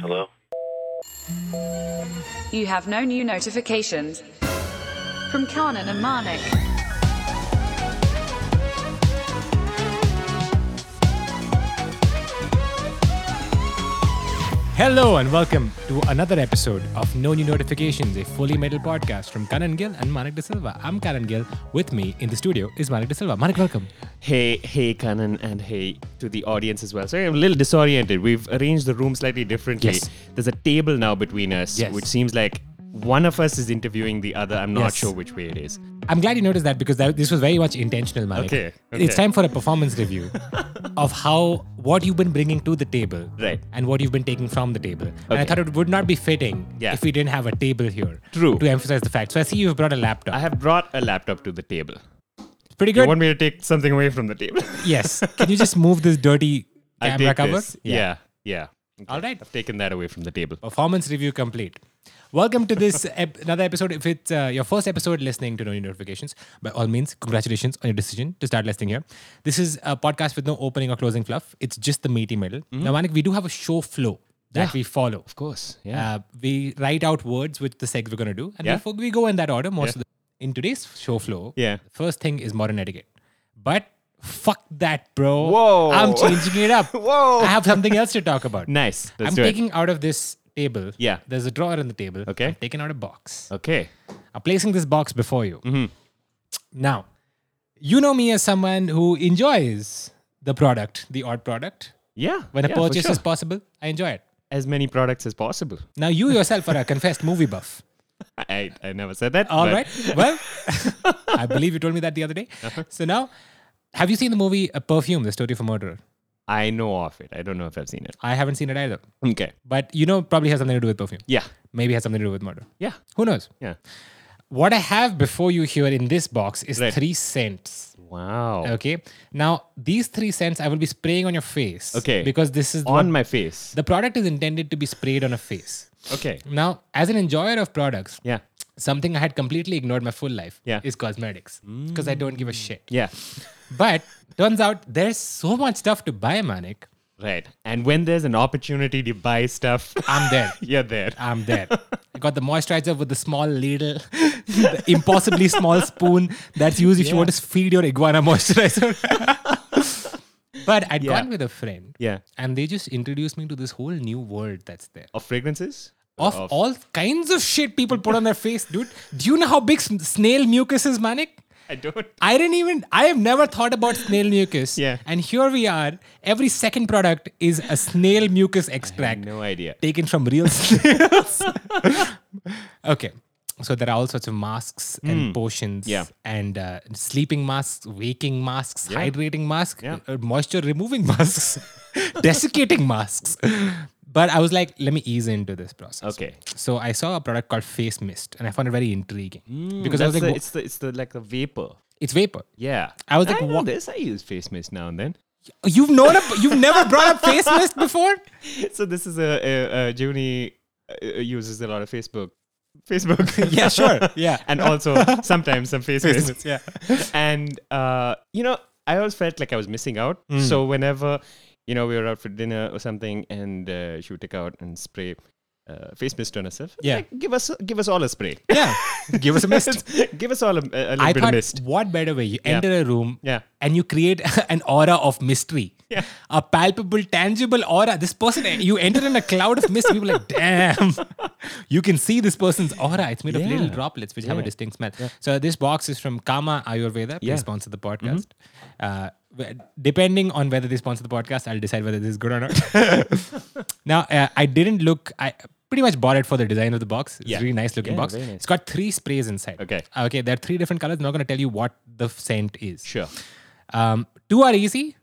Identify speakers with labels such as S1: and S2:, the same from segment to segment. S1: Hello?
S2: You have no new notifications from Kanan and Marnik.
S3: Hello and welcome to another episode of No New Notifications, a fully metal podcast from Kanan Gill and Manik De Silva. I'm Kanan Gill. With me in the studio is Manik De Silva. Manik, welcome.
S4: Hey, hey, Kanan, and hey to the audience as well. Sorry, I'm a little disoriented. We've arranged the room slightly differently.
S3: Yes.
S4: There's a table now between us,
S3: Yes.
S4: which seems like one of us is interviewing the other. I'm not
S3: Yes.
S4: sure which way it is.
S3: I'm glad you noticed that because that, this was very much intentional, Manik.
S4: Okay,
S3: It's
S4: okay.
S3: time for a performance review of how what you've been bringing to the table,
S4: Right.
S3: and what you've been taking from the table. And I
S4: Okay.
S3: thought it would not be fitting
S4: Yeah.
S3: if we didn't have a table here,
S4: True.
S3: to emphasize the fact. So I see you've brought a laptop.
S4: I have brought a laptop to the table.
S3: Pretty
S4: You
S3: good.
S4: want me to take something away from the table?
S3: yes. Can you just move this dirty
S4: I
S3: camera
S4: take
S3: cover?
S4: this. Yeah, yeah. Okay.
S3: All right.
S4: I've taken that away from the table.
S3: performance review complete. Welcome to this ep- another episode. If it's uh, your first episode listening to No New Notifications, by all means, congratulations on your decision to start listening here. This is a podcast with no opening or closing fluff. It's just the meaty middle.
S4: Mm-hmm.
S3: Now, Manik, we do have a show flow that we follow.
S4: Of course.
S3: Uh, we write out words with the segs we're going to do, and
S4: Yeah.
S3: before we go in that order, most
S4: Yeah.
S3: of the in today's show flow,
S4: Yeah.
S3: the first thing is modern etiquette, but fuck that, bro.
S4: Whoa.
S3: I'm changing it up.
S4: Whoa.
S3: I have something else to talk about.
S4: nice. Let's
S3: I'm
S4: do it.
S3: taking out of this table.
S4: Yeah.
S3: There's a drawer in the table.
S4: Okay. Uh,
S3: I'm taking out a box.
S4: Okay.
S3: I'm placing this box before you.
S4: mm-hmm.
S3: Now, you know me as someone who enjoys the product, the odd product.
S4: Yeah.
S3: When a
S4: yeah, for
S3: purchase
S4: sure.
S3: is possible, I enjoy it.
S4: as many products as possible.
S3: Now, you yourself are a confessed movie buff.
S4: I, I never said that.
S3: All
S4: but-
S3: right. Well, I believe you told me that the other day.
S4: Uh-huh.
S3: So now, have you seen the movie uh, Perfume, The Story of a Murderer?
S4: I know of it. I don't know if I've seen it.
S3: I haven't seen it either.
S4: Okay.
S3: But you know, probably has something to do with perfume.
S4: Yeah.
S3: Maybe has something to do with murder.
S4: Yeah.
S3: Who knows?
S4: Yeah.
S3: What I have before you here in this box is
S4: Right.
S3: three cents.
S4: Wow.
S3: Okay. Now, these three cents I will be spraying on your face.
S4: Okay.
S3: Because this is
S4: On
S3: what-
S4: my face.
S3: the product is intended to be sprayed on a face.
S4: Okay.
S3: Now, as an enjoyer of products,
S4: Yeah.
S3: something I had completely ignored my full life
S4: Yeah. Mm.
S3: is cosmetics because I don't give a shit.
S4: Yeah.
S3: But turns out there's so much stuff to buy, Manik.
S4: Right. And when there's an opportunity to buy stuff,
S3: I'm there.
S4: you're there.
S3: I'm there. I got the moisturizer with the small ladle, the impossibly small spoon that's used if you
S4: Yeah.
S3: want to feed your iguana moisturizer. but I'd
S4: Yeah.
S3: gone with a friend.
S4: Yeah.
S3: And they just introduced me to this whole new world that's there.
S4: Of fragrances?
S3: Of,
S4: Oh, Of-
S3: all kinds of shit people put on their face, dude. Do you know how big s- snail mucus is, Manik?
S4: I don't.
S3: I didn't even, I have never thought about snail mucus.
S4: Yeah.
S3: And here we are. Every second product is a snail mucus extract
S4: No idea.
S3: taken from real snails. okay. So there are all sorts of masks and potions
S4: Hmm. Yeah.
S3: and uh, sleeping masks, waking masks,
S4: Yeah.
S3: hydrating masks,
S4: Yeah.
S3: uh, moisture removing masks, desiccating masks. But I was like, let me ease into this process.
S4: Okay.
S3: So I saw a product called Face Mist and I found it very intriguing because I
S4: Hmm,
S3: was
S4: That's
S3: like,
S4: the,
S3: "Wo- it's,
S4: it's the it's the like the vapor.
S3: vapor.
S4: Yeah.
S3: I was like,
S4: know
S3: what-
S4: this. I use face mist now and then.
S3: You've known, ab you've never brought up Face Mist before?
S4: So this is a, a, a Juni uh, uses a lot of Facebook. Facebook.
S3: Yeah, sure. Yeah.
S4: and also sometimes some face
S3: Face
S4: mist.
S3: mist, yeah.
S4: and uh, you know, I always felt like I was missing out.
S3: Mm.
S4: So whenever you know we were out for dinner or something, and uh, she would take out and spray uh, face mist on herself.
S3: Yeah.
S4: like, give us give us all a spray.
S3: Yeah. Give us a mist.
S4: give us all a, a little
S3: I
S4: bit of
S3: thought,
S4: mist.
S3: what better way? You enter a room
S4: Yeah.
S3: and you create an aura of mystery.
S4: Yeah.
S3: A palpable, tangible aura. This person, you enter in a cloud of mist. People are like, damn. You can see this person's aura. It's made of little
S4: Yeah.
S3: droplets, which have a
S4: Yeah.
S3: distinct smell. So this box is from Kama Ayurveda. Please
S4: Yeah. Mm-hmm.
S3: sponsor the podcast. Uh, w- depending on whether they sponsor the podcast, I'll decide whether this is good or not. now, uh, I didn't look. I pretty much bought it for the design of the box. It's
S4: Yeah.
S3: a really nice looking
S4: Yeah,
S3: box.
S4: very nice.
S3: It's got three sprays inside.
S4: Okay.
S3: Uh, Okay. There are three different colors. I'm not going to tell you what the scent is.
S4: Sure.
S3: Um, two are easy,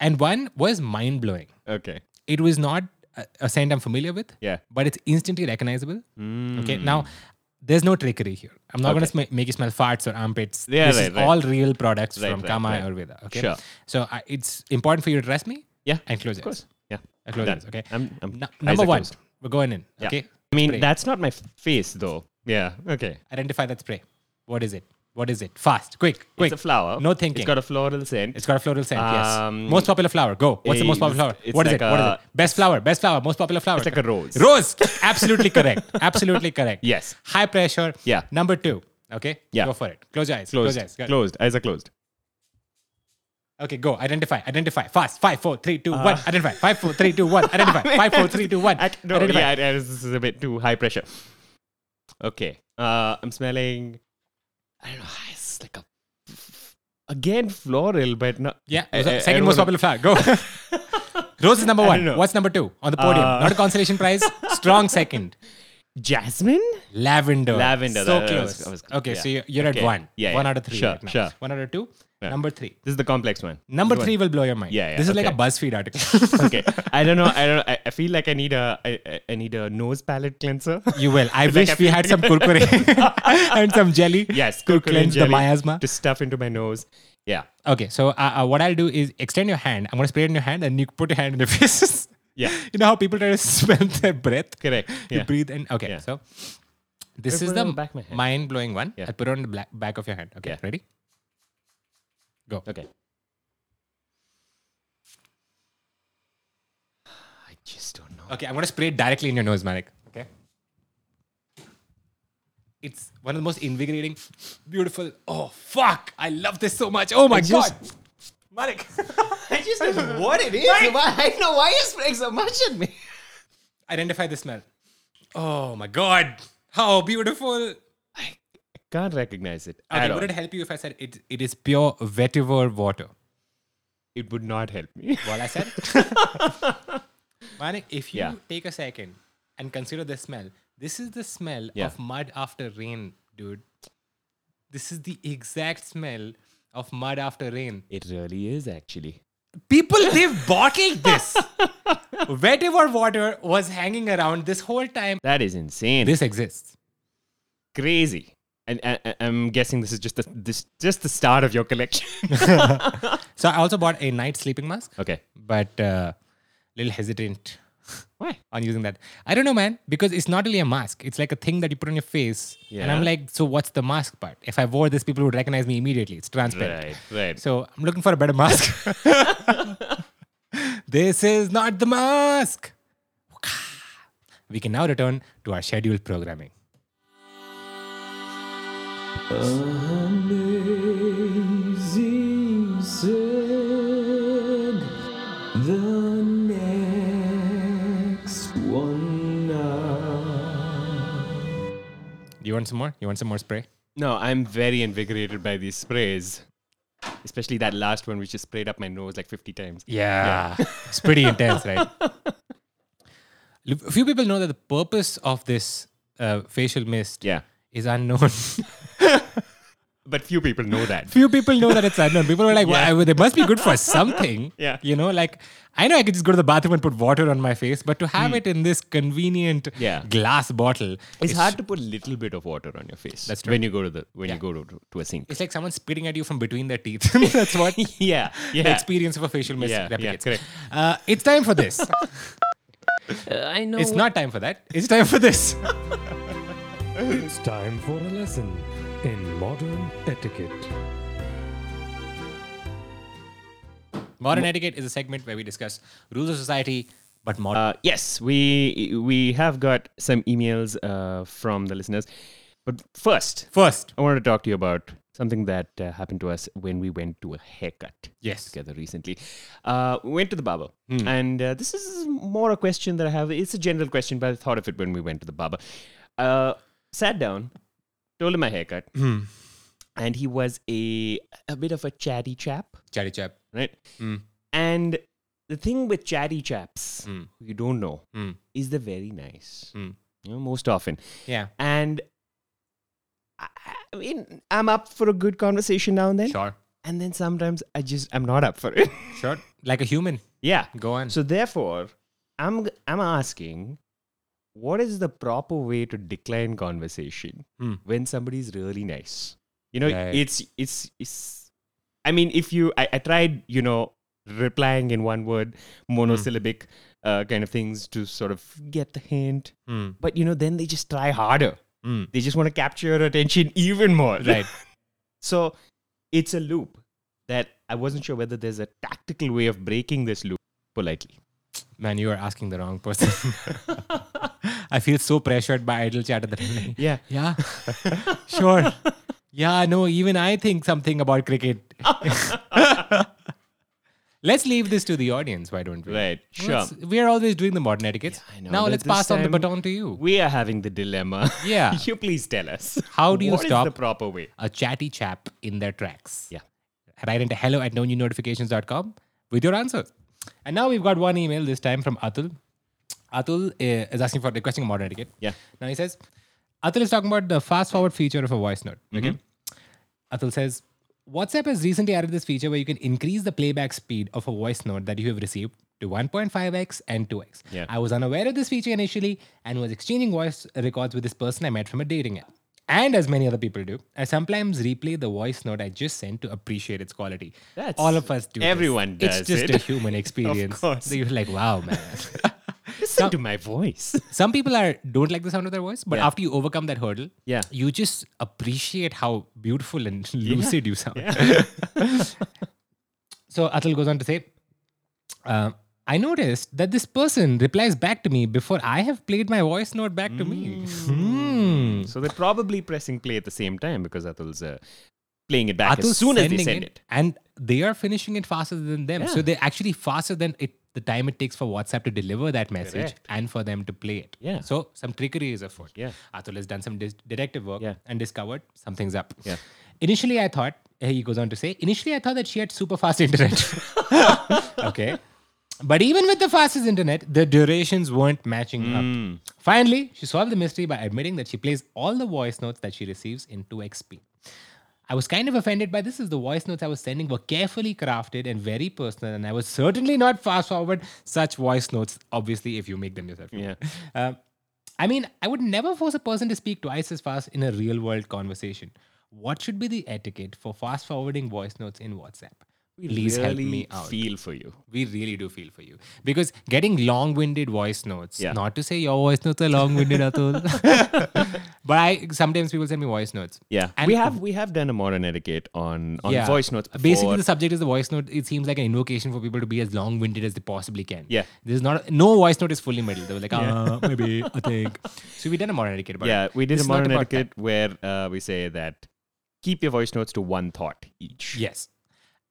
S3: and one was mind blowing.
S4: Okay.
S3: It was not a, a scent I'm familiar with,
S4: Yeah. Mm.
S3: but it's instantly recognizable. Okay, now there's no trickery here. I'm not
S4: Okay.
S3: going to sm- make you smell farts or armpits.
S4: Yeah,
S3: this
S4: right,
S3: is
S4: right.
S3: all real products
S4: Right,
S3: from
S4: right,
S3: Kama
S4: right.
S3: Ayurveda. Okay,
S4: Sure.
S3: So I, it's important for you to trust me.
S4: Yeah.
S3: and close
S4: Of
S3: it.
S4: course. Yeah.
S3: I close
S4: Done.
S3: this. Okay.
S4: I'm, I'm
S3: Nu-
S4: eyes
S3: number
S4: are
S3: one,
S4: closed.
S3: we're going in.
S4: Yeah.
S3: Okay.
S4: I mean,
S3: Spray.
S4: that's not my f- face though. Yeah. Okay.
S3: identify that spray. What is it? What is it? Fast, quick, quick.
S4: It's a flower.
S3: No thinking.
S4: It's got a floral scent.
S3: It's got a floral scent.
S4: Um,
S3: yes. Most popular flower. Go. What's the most popular flower?
S4: it's- it's
S3: What is
S4: like
S3: it? What is
S4: a-
S3: it? Best flower. Best flower. Most popular flower.
S4: It's like a rose.
S3: Rose. Absolutely correct. Absolutely correct.
S4: Yes.
S3: High pressure.
S4: Yeah.
S3: Number two. Okay.
S4: Yeah.
S3: Go for it. Close your eyes. Close
S4: closed.
S3: your eyes. Go.
S4: closed. Eyes are closed.
S3: Okay. Go. Identify. Identify. Fast. Five, four, three, two, one. Identify. Five, four, three, two, one. Identify. Five, four, three, two, one.
S4: Uh. I, no,
S3: Identify.
S4: yeah, I- I- this is a bit too high pressure. Okay. Uh, I'm smelling. I don't know. ah, It's like a again floral, but not.
S3: Yeah.
S4: I- I- I
S3: 2nd
S4: don't
S3: most
S4: wanna-
S3: popular flower. Go. Rose is number
S4: I don't
S3: one.
S4: know.
S3: What's number two on the podium?
S4: Uh,
S3: Not a consolation prize. Strong second.
S4: Jasmine.
S3: Lavender.
S4: Lavender,
S3: So
S4: that- that was-
S3: close.
S4: that was-
S3: okay, so
S4: yeah.
S3: you're, you're
S4: Okay.
S3: at one.
S4: Yeah,
S3: One
S4: yeah.
S3: out of three.
S4: Sure,
S3: right now.
S4: sure.
S3: One out of two.
S4: Yeah.
S3: Number three.
S4: This is the complex one.
S3: Number
S4: This one.
S3: three will blow your mind.
S4: Yeah, yeah,
S3: This is like a
S4: okay.
S3: BuzzFeed article.
S4: okay. I don't know. I don't. I, I feel like I need a. I, I- I need a nose palette cleanser.
S3: you will. I
S4: Like
S3: wish
S4: I
S3: we
S4: feel-
S3: had some kurkure and some jelly.
S4: yes,
S3: to
S4: kurkure and
S3: cleanse the
S4: jelly
S3: miasma.
S4: to stuff into my nose. Yeah,
S3: Okay, so uh, uh, what I'll do is extend your hand. I'm gonna spray it in your hand, and you put your hand in your face.
S4: Yeah.
S3: You know how people try to smell their breath.
S4: correct.
S3: You
S4: Yeah.
S3: breathe in. Okay,
S4: Yeah.
S3: so this
S4: I
S3: is
S4: put it
S3: the
S4: on the back of my hand.
S3: mind-blowing one.
S4: Yeah.
S3: I'll put it on the black, back of your hand. Okay,
S4: Yeah.
S3: ready? Go.
S4: Okay. I just don't know.
S3: Okay, I'm gonna spray it directly in your nose, Manik. Okay. It's one of the most invigorating, beautiful. Oh fuck! I love this so much. Oh my
S4: just-
S3: god, Manik.
S4: I just don't know what it is. Why, I don't know why you're spraying so much at me.
S3: Identify the smell. Oh my god, how beautiful!
S4: I can't recognize it
S3: Okay,
S4: at all.
S3: would it help you if I said it? It is pure vetiver water.
S4: It would not help me.
S3: Well, I said. Manik, if you
S4: Yeah.
S3: take a second and consider the smell, this is the smell
S4: Yeah.
S3: of mud after rain, dude. This is the exact smell of mud after rain.
S4: It really is, actually.
S3: People, they've bottled this. Whatever water was hanging around this whole time.
S4: That is insane.
S3: This exists.
S4: crazy. And I, I- I'm guessing this is just the this just the start of your collection.
S3: So I also bought a night sleeping mask,
S4: okay.
S3: but uh, little hesitant
S4: Why?
S3: on using that. I don't know, man, because it's not really a mask. It's like a thing that you put on your face. And I'm
S4: Yeah.
S3: like, so what's the mask part? If I wore this, people would recognize me immediately. It's transparent.
S4: Right. Right.
S3: So I'm looking for a better mask. this is not the mask. We can now return to our scheduled programming. Do you want some more? You want some more spray?
S4: No, I'm very invigorated by these sprays. Especially that last one, which just sprayed up my nose like 50 times.
S3: Yeah. it's pretty intense, right? L- Few people know that the purpose of this uh, facial mist
S4: Yeah.
S3: is unknown.
S4: But few people know that.
S3: Few people know that it's unknown. People were like, well, they must be good for something.
S4: Yeah.
S3: You know, like, I know I could just go to the bathroom and put water on my face, but to have it in this convenient
S4: Hmm. Yeah.
S3: glass bottle,
S4: It's hard to put a little bit of water on your face.
S3: That's
S4: when you go to the when
S3: Yeah.
S4: you go to, to a sink.
S3: It's like someone spitting at you from between their teeth. That's what
S4: yeah, yeah.
S3: the experience of a facial mist
S4: Yeah, yeah,
S3: replicates.
S4: correct.
S3: Uh, it's time for this.
S1: Uh, I know.
S3: it's not time for that. It's time for this.
S5: It's time for a lesson in modern etiquette.
S3: Modern etiquette is a segment where we discuss rules of society, but modern.
S4: Uh, yes, we we have got some emails uh, from the listeners, but first
S3: First,
S4: I wanted to talk to you about something that uh, happened to us when we went to a haircut.
S3: yes,
S4: together recently. Uh, we went to the barber, and uh, this is more a question that I have. It's a general question, but I thought of it when we went to the barber. Uh, sat down, told him my haircut,
S5: Hmm.
S4: and he was a a bit of a chatty chap,
S3: chatty chap.
S4: right? And the thing with chatty chaps, who you don't know,
S3: Mm.
S4: is they're very nice.
S3: Mm.
S4: You know, most often,
S3: Yeah,
S4: and. I I mean, I'm up for a good conversation now and then,
S3: sure,
S4: and then sometimes I just I'm not up for it.
S3: sure. Like a human.
S4: yeah,
S3: Go on.
S4: so therefore, I'm g- I'm asking, what is the proper way to decline conversation
S3: Hmm.
S4: when somebody's really nice? You know,
S3: Right.
S4: it's it's it's. I mean, if you, I, I tried, you know, replying in one word,
S3: Hmm.
S4: monosyllabic uh, kind of things to sort of get the hint,
S3: Hmm.
S4: but you know, then they just try harder.
S3: Hmm.
S4: They just want to capture your attention even more.
S3: Right.
S4: So it's a loop that I wasn't sure whether there's a tactical way of breaking this loop politely.
S3: Man, you are asking the wrong person. I feel so pressured by idle chatter that I'm like,
S4: Yeah.
S3: yeah, sure. Yeah, no, even I think something about cricket. Let's leave this to the audience, why don't we?
S4: Right. Sure.
S3: Let's- We are always doing the modern etiquettes.
S4: I know,
S3: now
S4: but
S3: let's
S4: this
S3: pass on the
S4: time-
S3: baton to you.
S4: We are having the dilemma.
S3: Yeah.
S4: you please tell us.
S3: How do you
S4: What is
S3: stop-
S4: the proper way?
S3: A chatty chap in their tracks.
S4: Yeah.
S3: Write into hello at knownnewnotifications.com with your answers. And now we've got one email this time from Atul. Atul eh, is asking for requesting a modern etiquette.
S4: Yeah.
S3: Now he says, Atul is talking about the fast forward feature of a voice note.
S4: Mm-hmm.
S3: Okay. Atul says, WhatsApp has recently added this feature where you can increase the playback speed of a voice note that you have received to 1.5x and 2x.
S4: Yeah.
S3: I was unaware of this feature initially and was exchanging voice records with this person I met from a dating app. And as many other people do, I sometimes replay the voice note I just sent to appreciate its quality.
S4: That's-
S3: All of us do. this.
S4: everyone does
S3: It's just
S4: it.
S3: a human experience.
S4: course.
S3: So you're like, wow, man.
S4: Listen to my voice.
S3: some people are don't like the sound of their voice, but
S4: Yeah.
S3: after you overcome that hurdle,
S4: Yeah.
S3: you just appreciate how beautiful and lucid you sound. so Atul goes on to say, uh, I noticed that this person replies back to me before I have played my voice note back to me. Hmm.
S4: So they're probably pressing play at the same time because Atul's uh, playing it back
S3: Atul's
S4: as soon as they
S3: sending
S4: send it.
S3: and they are finishing it faster than them. So
S4: Yeah.
S3: they're actually faster than it. The time it takes for WhatsApp to deliver that message
S4: Correct.
S3: and for them to play it.
S4: Yeah.
S3: So some trickery is afoot.
S4: Yeah.
S3: Atul has done some dis- detective work
S4: Yeah.
S3: and discovered something's up.
S4: Yeah.
S3: Initially, I thought eh, he goes on to say. Initially, I thought that she had super fast internet. okay. But even with the fastest internet, the durations weren't matching
S4: Hmm.
S3: up. Finally, she solved the mystery by admitting that she plays all the voice notes that she receives in 2x speed. I was kind of offended by this, as the voice notes I was sending were carefully crafted and very personal, and I was certainly not fast forward such voice notes, obviously, if you make them yourself.
S4: Yeah.
S3: Um, I mean, I would never force a person to speak twice as fast in a real world conversation. What should be the etiquette for fast forwarding voice notes in WhatsApp? Please help
S4: Really
S3: me out
S4: Feel for you.
S3: we really do feel for you because getting long-winded voice notes
S4: Yeah.
S3: not to say your voice notes are long-winded at all but i sometimes people send me voice notes
S4: Yeah.
S3: And-
S4: we have we have done a modern etiquette on on
S3: yeah.
S4: voice notes.
S3: basically
S4: before.
S3: the subject is the voice note it seems like an invocation for people to be as long-winded as they possibly can
S4: Yeah.
S3: this is not no voice note is fully middle they were like uh, maybe i think so we done a modern etiquette about
S4: yeah,
S3: it.
S4: we did
S3: This
S4: a
S3: is not
S4: modern
S3: about that.
S4: etiquette where uh, we say that keep your voice notes to one thought each.
S3: Yes.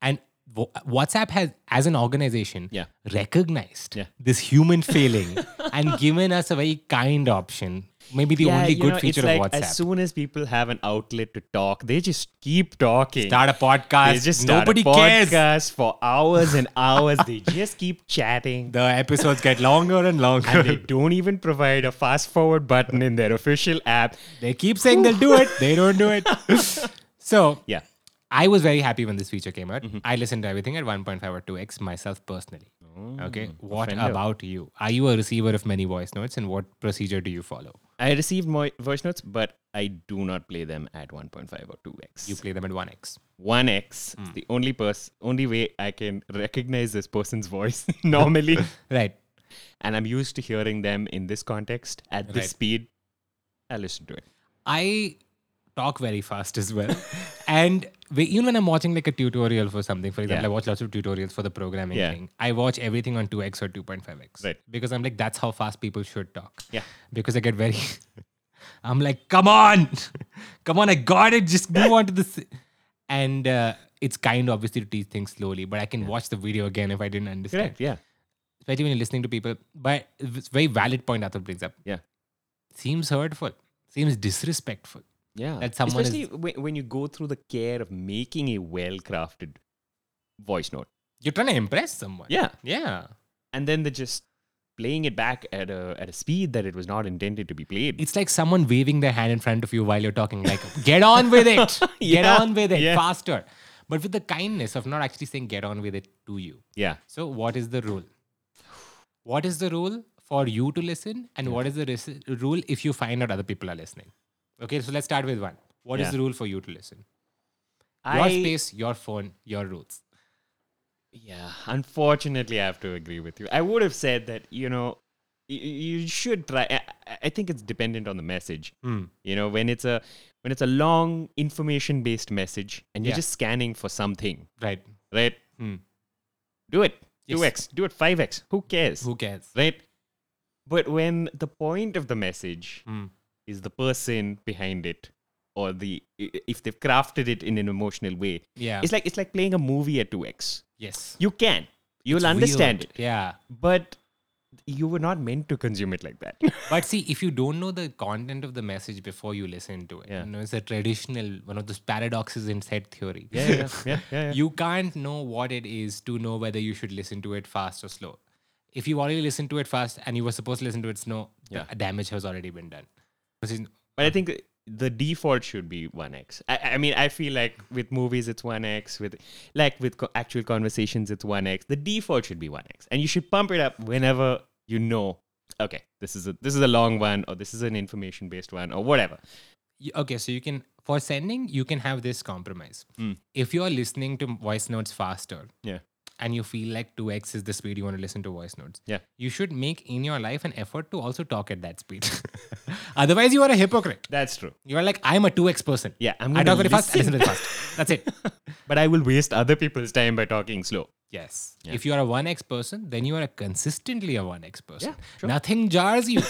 S3: And Wha- WhatsApp has, as an organization,
S4: Yeah.
S3: recognized
S4: Yeah.
S3: this human failing and given us a very kind option. Maybe the
S4: Yeah,
S3: only
S4: you
S3: good
S4: know, it's
S3: feature
S4: like
S3: of WhatsApp.
S4: As soon as people have an outlet to talk, they just keep talking.
S3: start a podcast.
S4: they just start
S3: Nobody
S4: a podcast
S3: cares.
S4: for hours and hours. they just keep chatting.
S3: The episodes get longer and longer.
S4: and they don't even provide a fast forward button in their official app.
S3: they keep saying they'll do it. They don't do it. so
S4: Yeah. Mm-hmm.
S3: I was very happy when this feature came out. I listened to everything at 1.5 or 2x myself personally.
S4: Oh,
S3: okay. What
S4: offender.
S3: about you? Are you a receiver of many voice notes and what procedure do you follow?
S4: I received my voice notes, but I do not play them at 1.5 or 2x.
S3: You play them at 1x.
S4: 1x
S3: Hmm.
S4: is the only person, only way I can recognize this person's voice normally.
S3: Right.
S4: and I'm used to hearing them in this context at this
S3: Right.
S4: speed. I listen to it.
S3: I talk very fast as well. and we, even when I'm watching like a tutorial for something, for example,
S4: Yeah.
S3: I watch lots of tutorials for the programming
S4: Yeah.
S3: thing. I watch everything on 2x or 2.5x.
S4: Right.
S3: Because I'm like, that's how fast people should talk.
S4: Yeah.
S3: Because I get very, I'm like, come on, come on, I got it. Just move on to this. And uh, it's kind, obviously, to teach things slowly, but I can watch the video again if I didn't understand.
S4: Correct. Yeah.
S3: Especially when you're listening to people. But it's a very valid point Atul brings up.
S4: Yeah.
S3: Seems hurtful, seems disrespectful.
S4: Yeah.
S3: That someone is-
S4: Especially when, when you go through the care of making a well crafted voice note.
S3: You're trying to impress someone.
S4: Yeah.
S3: Yeah.
S4: And then they're just playing it back at a, at a speed that it was not intended to be played.
S3: It's like someone waving their hand in front of you while you're talking, like, get on with it. Get
S4: Yeah.
S3: on with it
S4: Yeah.
S3: faster. But with the kindness of not actually saying get on with it to you.
S4: yeah.
S3: So, what is the rule? What is the rule for you to listen? And what is the res- rule if you find out other people are listening? Okay, so let's start with one. What is
S4: Yeah.
S3: the rule for you to listen? Your
S4: I,
S3: space, your phone, your rules.
S4: Yeah. Unfortunately, I have to agree with you. I would have said that, you know, y- y- you should try. I- I- I- I think it's dependent on the message.
S3: Hmm.
S4: You know, when it's a when it's a long information based message and you're
S3: Yeah.
S4: just scanning for something,
S3: Right.
S4: right?
S3: Hmm.
S4: Do it.
S3: Yes.
S4: 2x, do it 5x. Who cares?
S3: Who cares?
S4: Right? But when the point of the message
S3: Hmm.
S4: is the person behind it or the i- if they've crafted it in an emotional way.
S3: Yeah.
S4: It's like it's like playing a movie at 2x.
S3: Yes.
S4: You can. You'll understand
S3: Weird.
S4: it.
S3: Yeah.
S4: But you were not meant to consume it like that.
S3: But see, if you don't know the content of the message before you listen to it,
S4: Yeah.
S3: you know, it's a traditional one of those paradoxes in set theory.
S4: yeah, yeah, yeah, yeah, yeah.
S3: You can't know what it is to know whether you should listen to it fast or slow. If you already listened to it fast and you were supposed to listen to it slow,
S4: Yeah.
S3: the damage has already been done. This is-
S4: But I think the default should be 1x. I, I mean, I feel like with movies, it's 1x. With like with co- actual conversations, it's 1x. The default should be 1x, and you should pump it up whenever you know. Okay, this is a this is a long one, or this is an information based one, or whatever.
S3: y- okay so you can for sending you can have this compromise
S4: Hmm.
S3: if you're listening to voice notes faster
S4: Yeah.
S3: and you feel like 2x is the speed you want to listen to voice notes
S4: Yeah.
S3: you should make in your life an effort to also talk at that speed otherwise you are a hypocrite
S4: That's true.
S3: you are like i'm a 2x person
S4: Yeah, I'm
S3: i
S4: gonna
S3: talk very fast I
S4: listen.
S3: listen very fast that's it
S4: But I will waste other people's time by talking slow.
S3: yes if you are a 1x person then you are a consistently a 1x person
S4: Yeah, sure.
S3: nothing jars you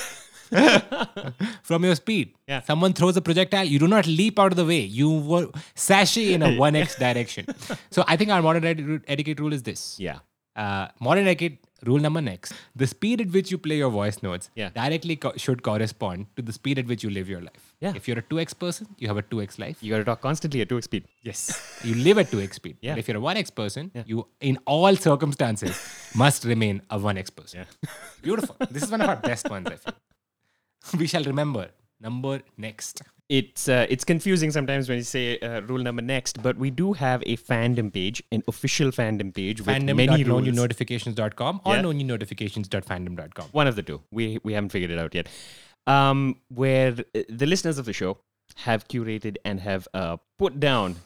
S3: from your speed
S4: Yeah.
S3: someone throws a projectile you do not leap out of the way you were sashay in a 1x direction so i think our modern eti- etiquette rule is this
S4: Yeah,
S3: uh, modern etiquette rule number next the speed at which you play your voice notes
S4: Yeah.
S3: directly co- should correspond to the speed at which you live your life
S4: Yeah.
S3: if you're a 2x person you have a 2x life
S4: you gotta talk constantly at 2x speed.
S3: Yes. You live at 2x speed.
S4: Yeah.
S3: But if you're a 1x person, you, in all circumstances, must remain a 1x person. Beautiful. This is one of our best ones, I feel. We shall remember. Number next.
S4: it's uh, it's confusing sometimes when you say uh, rule number next, but we do have a fandom page, an official fandom page with many rules.
S3: Fandom.knownewnotifications.com or
S4: Yeah.
S3: knownewnotifications.fandom.com.
S4: One of the two. We we haven't figured it out yet. Um, where uh, the listeners of the show have curated and have uh, put down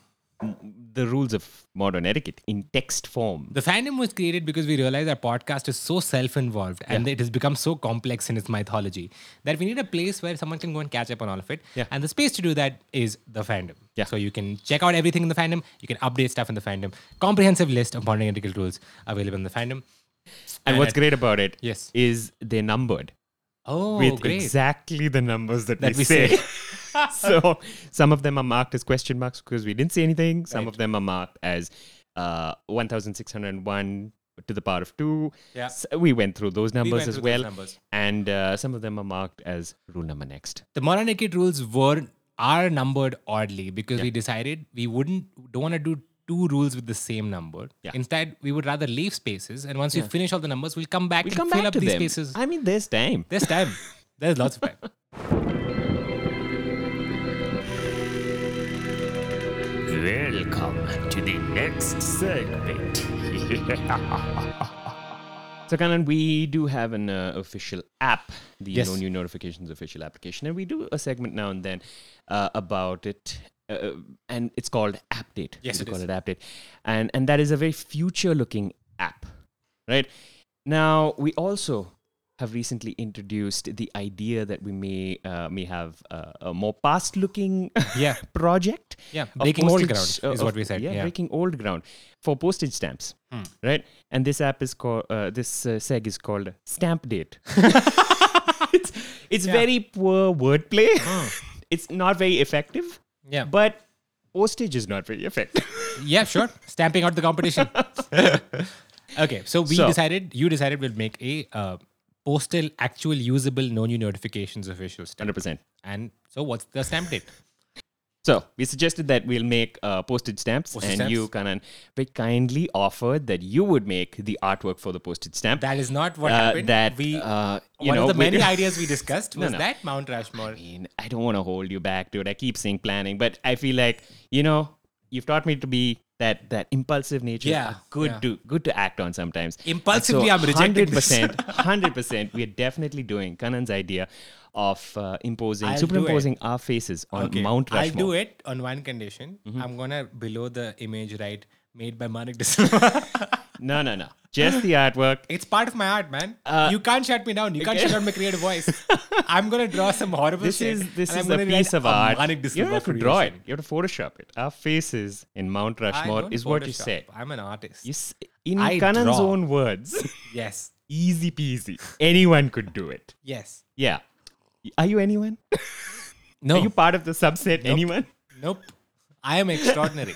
S4: the rules of modern etiquette in text form.
S3: The fandom was created because we realized our podcast is so self involved and it has become so complex in its mythology that we need a place where someone can go and catch up on all of it.
S4: Yeah.
S3: And the space to do that is the fandom.
S4: Yeah.
S3: So you can check out everything in the fandom, you can update stuff in the fandom. Comprehensive list of modern ethical rules available in the fandom.
S4: And what's great about it
S3: Yes.
S4: is they're numbered
S3: Oh,
S4: with
S3: great.
S4: exactly the numbers that,
S3: That we
S4: we, say.
S3: say.
S4: so some of them are marked as question marks because we didn't say anything. Some of them are marked as uh, 1,601 to the power of two.
S3: Yeah.
S4: S- we went through those numbers
S3: went
S4: as
S3: through those
S4: well.
S3: numbers.
S4: And uh, some of them are marked as rule number next.
S3: the modern etiquette rules were are numbered oddly because we decided we wouldn't don't want to do two rules with the same number.
S4: Yeah.
S3: Instead, we would rather leave spaces, and once we finish all the numbers, we'll come back
S4: We'll
S3: and
S4: come
S3: fill
S4: back
S3: up
S4: to
S3: these
S4: them.
S3: spaces.
S4: I mean, there's time.
S3: There's time. There's lots of time.
S5: Welcome to the next segment.
S4: So, Kanan, we do have an uh, official app, the
S3: Yes.
S4: No New Notifications official application, and we do a segment now and then uh, about it. Uh, and it's called Update.
S3: Yes,
S4: we
S3: it
S4: call
S3: is.
S4: it Update, and and that is a very future-looking app, right? Now we also have recently introduced the idea that we may uh, may have uh, a more past-looking
S3: Yeah.
S4: project.
S3: Yeah,
S4: of
S3: breaking old
S4: postage-
S3: ground is
S4: of-
S3: what we said, yeah. Hmm.
S4: breaking old ground for postage stamps, right? And this app is called uh, this uh, seg is called Stamp Date. it's it's very poor wordplay. it's not very effective,
S3: Hmm. Yeah.
S4: but postage is not very effective.
S3: yeah, sure. Stamping out the competition. okay, so we
S4: So-
S3: decided, you decided we'll make a uh, postal, actual, usable, no new notifications official
S4: Hundred
S3: stamp.
S4: percent.
S3: And so, what's the stamp date?
S4: So we suggested that we'll make uh, postage stamps,
S3: Postage
S4: and
S3: stamps.
S4: you, Kanan, very kindly offered that you would make the artwork for the postage stamp.
S3: That is not what
S4: Uh,
S3: happened.
S4: that,
S3: we,
S4: uh, you
S3: one
S4: know,
S3: of the
S4: we-
S3: many ideas we discussed
S4: No,
S3: was
S4: no.
S3: that Mount Rushmore.
S4: I mean, I don't want to hold you back, dude. I keep saying planning, but I feel like you know you've taught me to be that that impulsive nature.
S3: Yeah,
S4: good
S3: yeah.
S4: to good to act on sometimes.
S3: Impulsively, I'm rejecting
S4: Hundred
S3: this.
S4: percent, hundred percent. We are definitely doing Kanan's idea of uh, imposing
S3: I'll do
S4: superimposing our faces on Mount Rushmore. Mm-hmm.
S3: I'll do it on one condition. I'm gonna below the image write made by Manik Disla.
S4: No, no, no. Just the artwork.
S3: It's part of my art, man.
S4: Uh,
S3: you can't shut me down. You can't
S4: okay.
S3: shut out my creative voice. I'm gonna draw some horrible
S4: This
S3: shit.
S4: is this
S3: and I'm
S4: is a
S3: gonna write
S4: piece of art.
S3: manic
S4: You don't have to
S3: disorder
S4: draw it.
S3: creation.
S4: You have to Photoshop it. Our faces in Mount
S3: I
S4: Rushmore
S3: don't
S4: is what you
S3: Photoshop.
S4: say.
S3: I'm an artist.
S4: You s- in
S3: I
S4: Kanan's
S3: draw.
S4: own words,
S3: yes.
S4: easy peasy. Anyone could do it.
S3: Yes.
S4: Yeah. Are you anyone?
S3: No.
S4: Are you part of the subset? Anyone?
S3: Nope. I am extraordinary.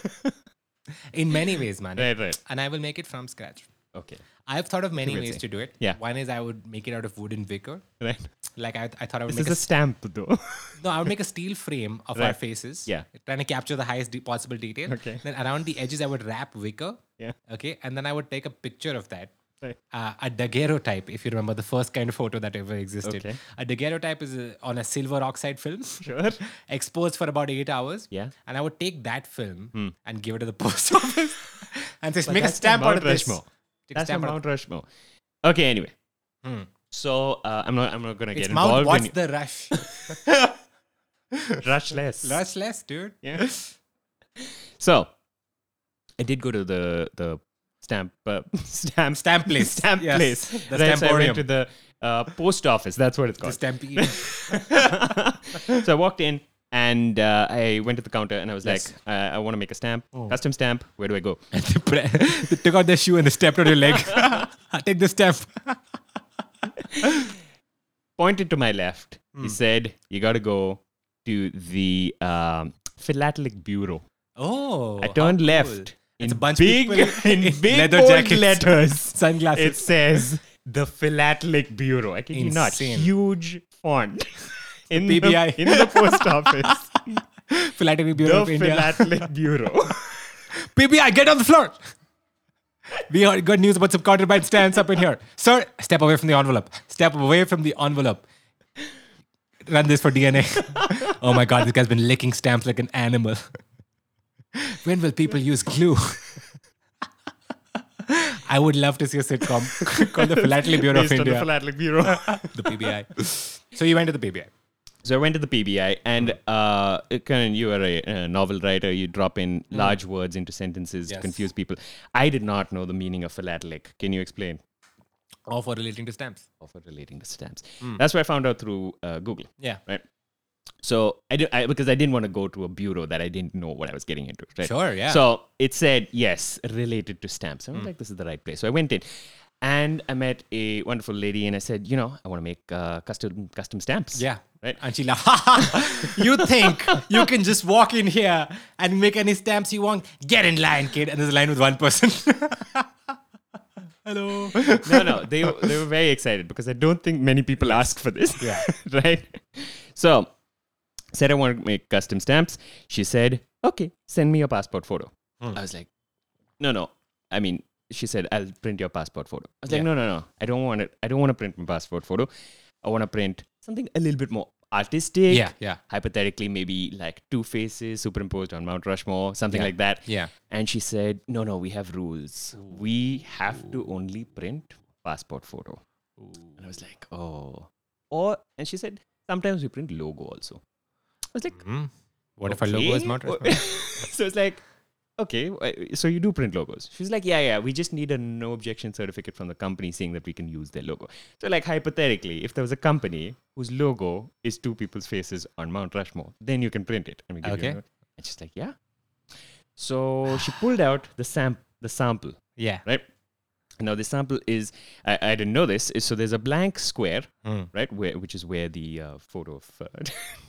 S3: In many ways, man.
S4: Right, right.
S3: And I will make it from scratch.
S4: Okay.
S3: I've thought of many
S4: We'll
S3: ways
S4: see.
S3: to do it.
S4: Yeah.
S3: One is I would make it out of wood and wicker.
S4: Right.
S3: Like I, I thought I would
S4: This
S3: make
S4: is
S3: a,
S4: a stamp, though.
S3: no, I would make a steel frame of our
S4: Right.
S3: faces.
S4: Yeah.
S3: Trying to capture the highest de- possible detail.
S4: Okay.
S3: Then around the edges I would wrap wicker.
S4: Yeah.
S3: Okay. And then I would take a picture of that.
S4: Right.
S3: Uh, a daguerreotype, if you remember the first kind of photo that ever existed.
S4: Okay.
S3: A daguerreotype is uh on a silver oxide film.
S4: Sure.
S3: exposed for about eight hours.
S4: Yeah.
S3: And I would take that film and give it to the post office and say, make a
S4: Hmm. that's the
S3: stamp out
S4: Mount
S3: of this.
S4: Rushmore.
S3: Take a
S4: That's
S3: stamp
S4: from
S3: out of-
S4: Mount Rushmore. Okay. Anyway. So uh, I'm not. I'm not gonna get
S3: It's Mount,
S4: involved
S3: what's
S4: in
S3: the rush?
S4: Rushless.
S3: rush less, dude.
S4: Yeah. So, I did go to the the stamp uh, stamp
S3: Stamp place.
S4: stamp
S3: Yes.
S4: place.
S3: The
S4: right, so I
S3: stamporium.
S4: went to the uh, post office. That's what it's
S3: The
S4: called.
S3: stampede.
S4: so I walked in and uh, I went to the counter and I was
S3: Yes. Oh.
S4: like, uh, I want to make a stamp, custom stamp. Where do I go?
S3: they took out their shoe and they stepped on your leg. take the stamp.
S4: Pointed to my left.
S3: Hmm.
S4: He said, "You got to go to the um, philatelic bureau."
S3: Oh.
S4: I turned
S3: how
S4: left.
S3: cool.
S4: In
S3: It's a bunch of
S4: big,
S3: people
S4: in
S3: in
S4: big
S3: leather
S4: old
S3: jackets,
S4: letters.
S3: Sunglasses.
S4: It says the Philatelic Bureau. I kid you not.
S3: Insane.
S4: Huge font in the,
S3: PBI.
S4: in the post office.
S3: Philatelic Bureau
S4: the
S3: of India.
S4: Philatelic Bureau.
S3: PBI, get on the floor. We heard good news about some contraband stands up in here. Sir, step away from the envelope. Step away from the envelope. Run this for DNA. oh my God, this guy's been licking stamps like an animal. when will people use glue? I would love to see a sitcom called the Philately Bureau of
S4: Based on the
S3: India,
S4: Philatelic Bureau.
S3: the PBI. So you went to the PBI.
S4: so I went to the PBI, and uh,
S3: Mm-hmm.
S4: Karan, you are a, uh novel writer. You drop in large words into sentences to
S3: Yes.
S4: confuse people. I did not know the meaning of philatelic. Can you explain?
S3: All for relating to stamps.
S4: Of it relating to stamps.
S3: Mm.
S4: That's what I found out through uh, Google.
S3: Yeah.
S4: Right. So I did I, because I didn't want to go to a bureau that I didn't know what I was getting into. Right?
S3: Sure, yeah. Mm.
S4: So it said yes, related to stamps. I was like, this is the right place. So I went in, and I met a wonderful lady, and I said, you know, I want to make uh, custom custom stamps.
S3: Yeah.
S4: Right.
S3: And she laughed. you think you can just walk in here and make any stamps you want? Get in line, kid. And there's a line with one person. Hello.
S4: no, no, they they were very excited because I don't think many people ask for this.
S3: Yeah.
S4: right. So said I want to make custom stamps. She said, "Okay, send me your passport photo."
S3: Hmm.
S4: I was like, "No, no. I mean, she said I'll print your passport photo." I was like,
S3: Yeah.
S4: "No, no, no. I don't want it. I don't want to print my passport photo. I want to print something a little bit more artistic.
S3: Yeah, yeah.
S4: Hypothetically, maybe like two faces superimposed on Mount Rushmore, something
S3: Yeah,
S4: like that."
S3: yeah.
S4: And she said, No, no, we have rules. We have to only print passport photo. And I was like, Oh. Or and she said, Sometimes we print logo also. I was like,
S3: Hmm. What if our logo is
S4: "Okay."
S3: Mount
S4: Wha-
S3: Rushmore?
S4: so it's like, okay, wh- so you do print logos. She's like, yeah, yeah, we just need a no objection certificate from the company saying that we can use their logo. So, like, hypothetically, if there was a company whose logo is two people's faces on Mount Rushmore, then you can print it. And we give
S3: Okay.
S4: You a- and she's like, yeah. So she pulled out the sam- the sample,
S3: Yeah.
S4: right? Now the sample is I, I didn't know this. is- So there's a blank square,
S3: Mm.
S4: right, where, which is where the uh, photo of uh,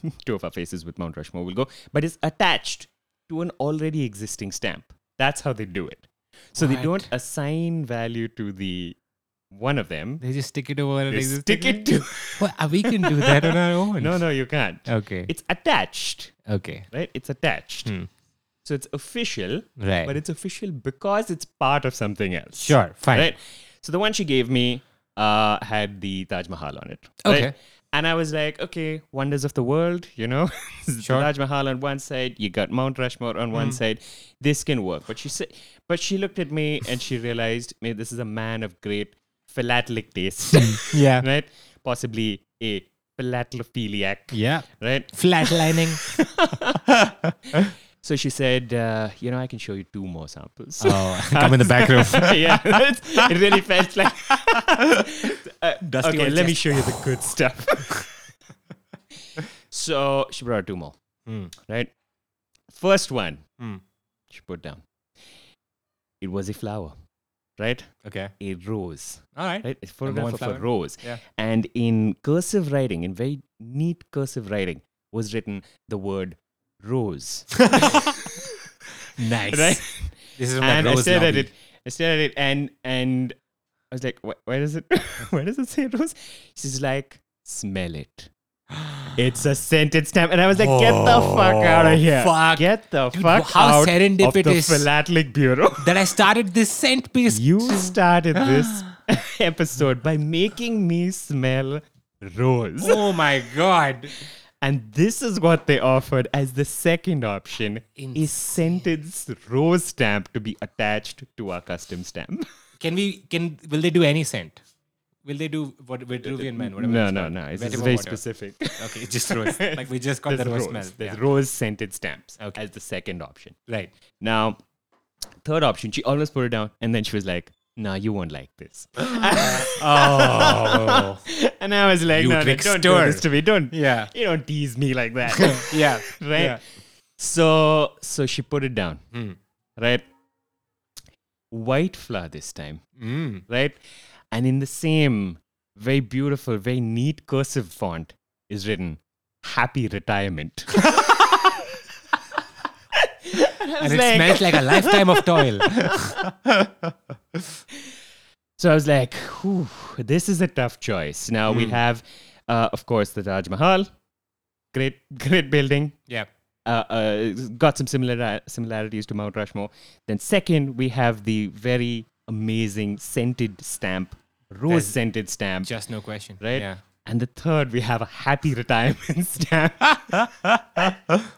S4: two of our faces with Mount Rushmore will go, but it's attached to an already existing stamp. That's how they do it. So they don't
S3: What?
S4: assign value to the one of them.
S3: They just stick it over an
S4: They
S3: existing
S4: stick it
S3: thing?
S4: to.
S3: Well, uh, we can do that on our own.
S4: No, no, you can't.
S3: Okay.
S4: It's attached,
S3: okay.
S4: right? It's attached. So it's official,
S3: Hmm. Right.
S4: But it's official because it's part of something else.
S3: Sure. Fine.
S4: Right. So the one she gave me uh, had the Taj Mahal on it. right?
S3: Okay.
S4: And I was like, okay, wonders of the world, you know, The
S3: Sure. Hmm.
S4: Taj Mahal on one side, you got Mount Rushmore on one side. This can work. But she said, but she looked at me and she realized, "Mate, this is a man of great philatelic taste,
S3: Yeah.
S4: right? Possibly a philateliphiliac,
S3: Yeah.
S4: right?
S3: Flatlining.
S4: So she said, uh, you know, I can show you two more samples.
S3: Oh, come in the back room.
S4: yeah, that's- it really felt like. Uh,
S3: Dusty
S4: okay,
S3: on
S4: let me
S3: chest.
S4: show you the good stuff. so she brought two more,
S3: Hmm.
S4: right? First one
S3: Hmm.
S4: she put down. It was a flower, right?
S3: Okay.
S4: A rose,
S3: All right.
S4: right? A photograph
S3: one
S4: of
S3: flower.
S4: a rose,
S3: Yeah.
S4: and in cursive writing, in very neat cursive writing, was written the word rose.
S3: Nice.
S4: Right?
S3: This is my
S4: and I
S3: rose
S4: stared at
S3: lobby.
S4: it. I stared at it, and and I was like, "Wh- "Where does it? where does it say rose?" She's like, "Smell it. It's a scented stamp." And I was like, "Get the fuck out of here!
S3: Oh, fuck.
S4: Get the
S3: Dude,
S4: fuck
S3: how
S4: out of the
S3: serendipitous.
S4: philatelic bureau."
S3: That I started this scent piece.
S4: you started this episode by making me smell rose,
S3: Oh my god.
S4: and this is what they offered as the second option: a
S3: Insane.
S4: scented s- rose stamp to be attached to our custom stamp.
S3: Can we? Can will they do any scent? Will they do what Vitruvian man? Whatever.
S4: No,
S3: it's
S4: no,
S3: called.
S4: no. It's,
S3: Vetiver
S4: it's very
S3: water.
S4: specific.
S3: Okay, it's just rose. like we just got
S4: There's
S3: the rose,
S4: rose,
S3: smell.
S4: There's
S3: Yeah.
S4: rose scented stamps
S3: Okay.
S4: as the second option.
S3: Right.
S4: Now, third option, she almost put it down and then she was like, nah, you won't like this.
S3: Oh.
S4: And I was like,
S3: You
S4: no, no, don't do
S3: trickster."
S4: this to me. Don't,
S3: Yeah.
S4: you don't tease me like that.
S3: yeah.
S4: right?
S3: Yeah.
S4: So, so she put it down. Right? White flower this time.
S3: Mm.
S4: right? And in the same very beautiful, very neat cursive font is written "Happy Retirement."
S3: And it smells like a lifetime of toil.
S4: So I was like, Whew, "This is a tough choice." Now we have, uh, of course, the Taj Mahal, great, great building.
S3: yeah.
S4: Uh, uh, got some similar similarities to Mount Rushmore. Then second, we have the very amazing scented stamp, rose scented stamp.
S3: Just no question.
S4: right?
S3: Yeah.
S4: And the third, we have a happy retirement stamp.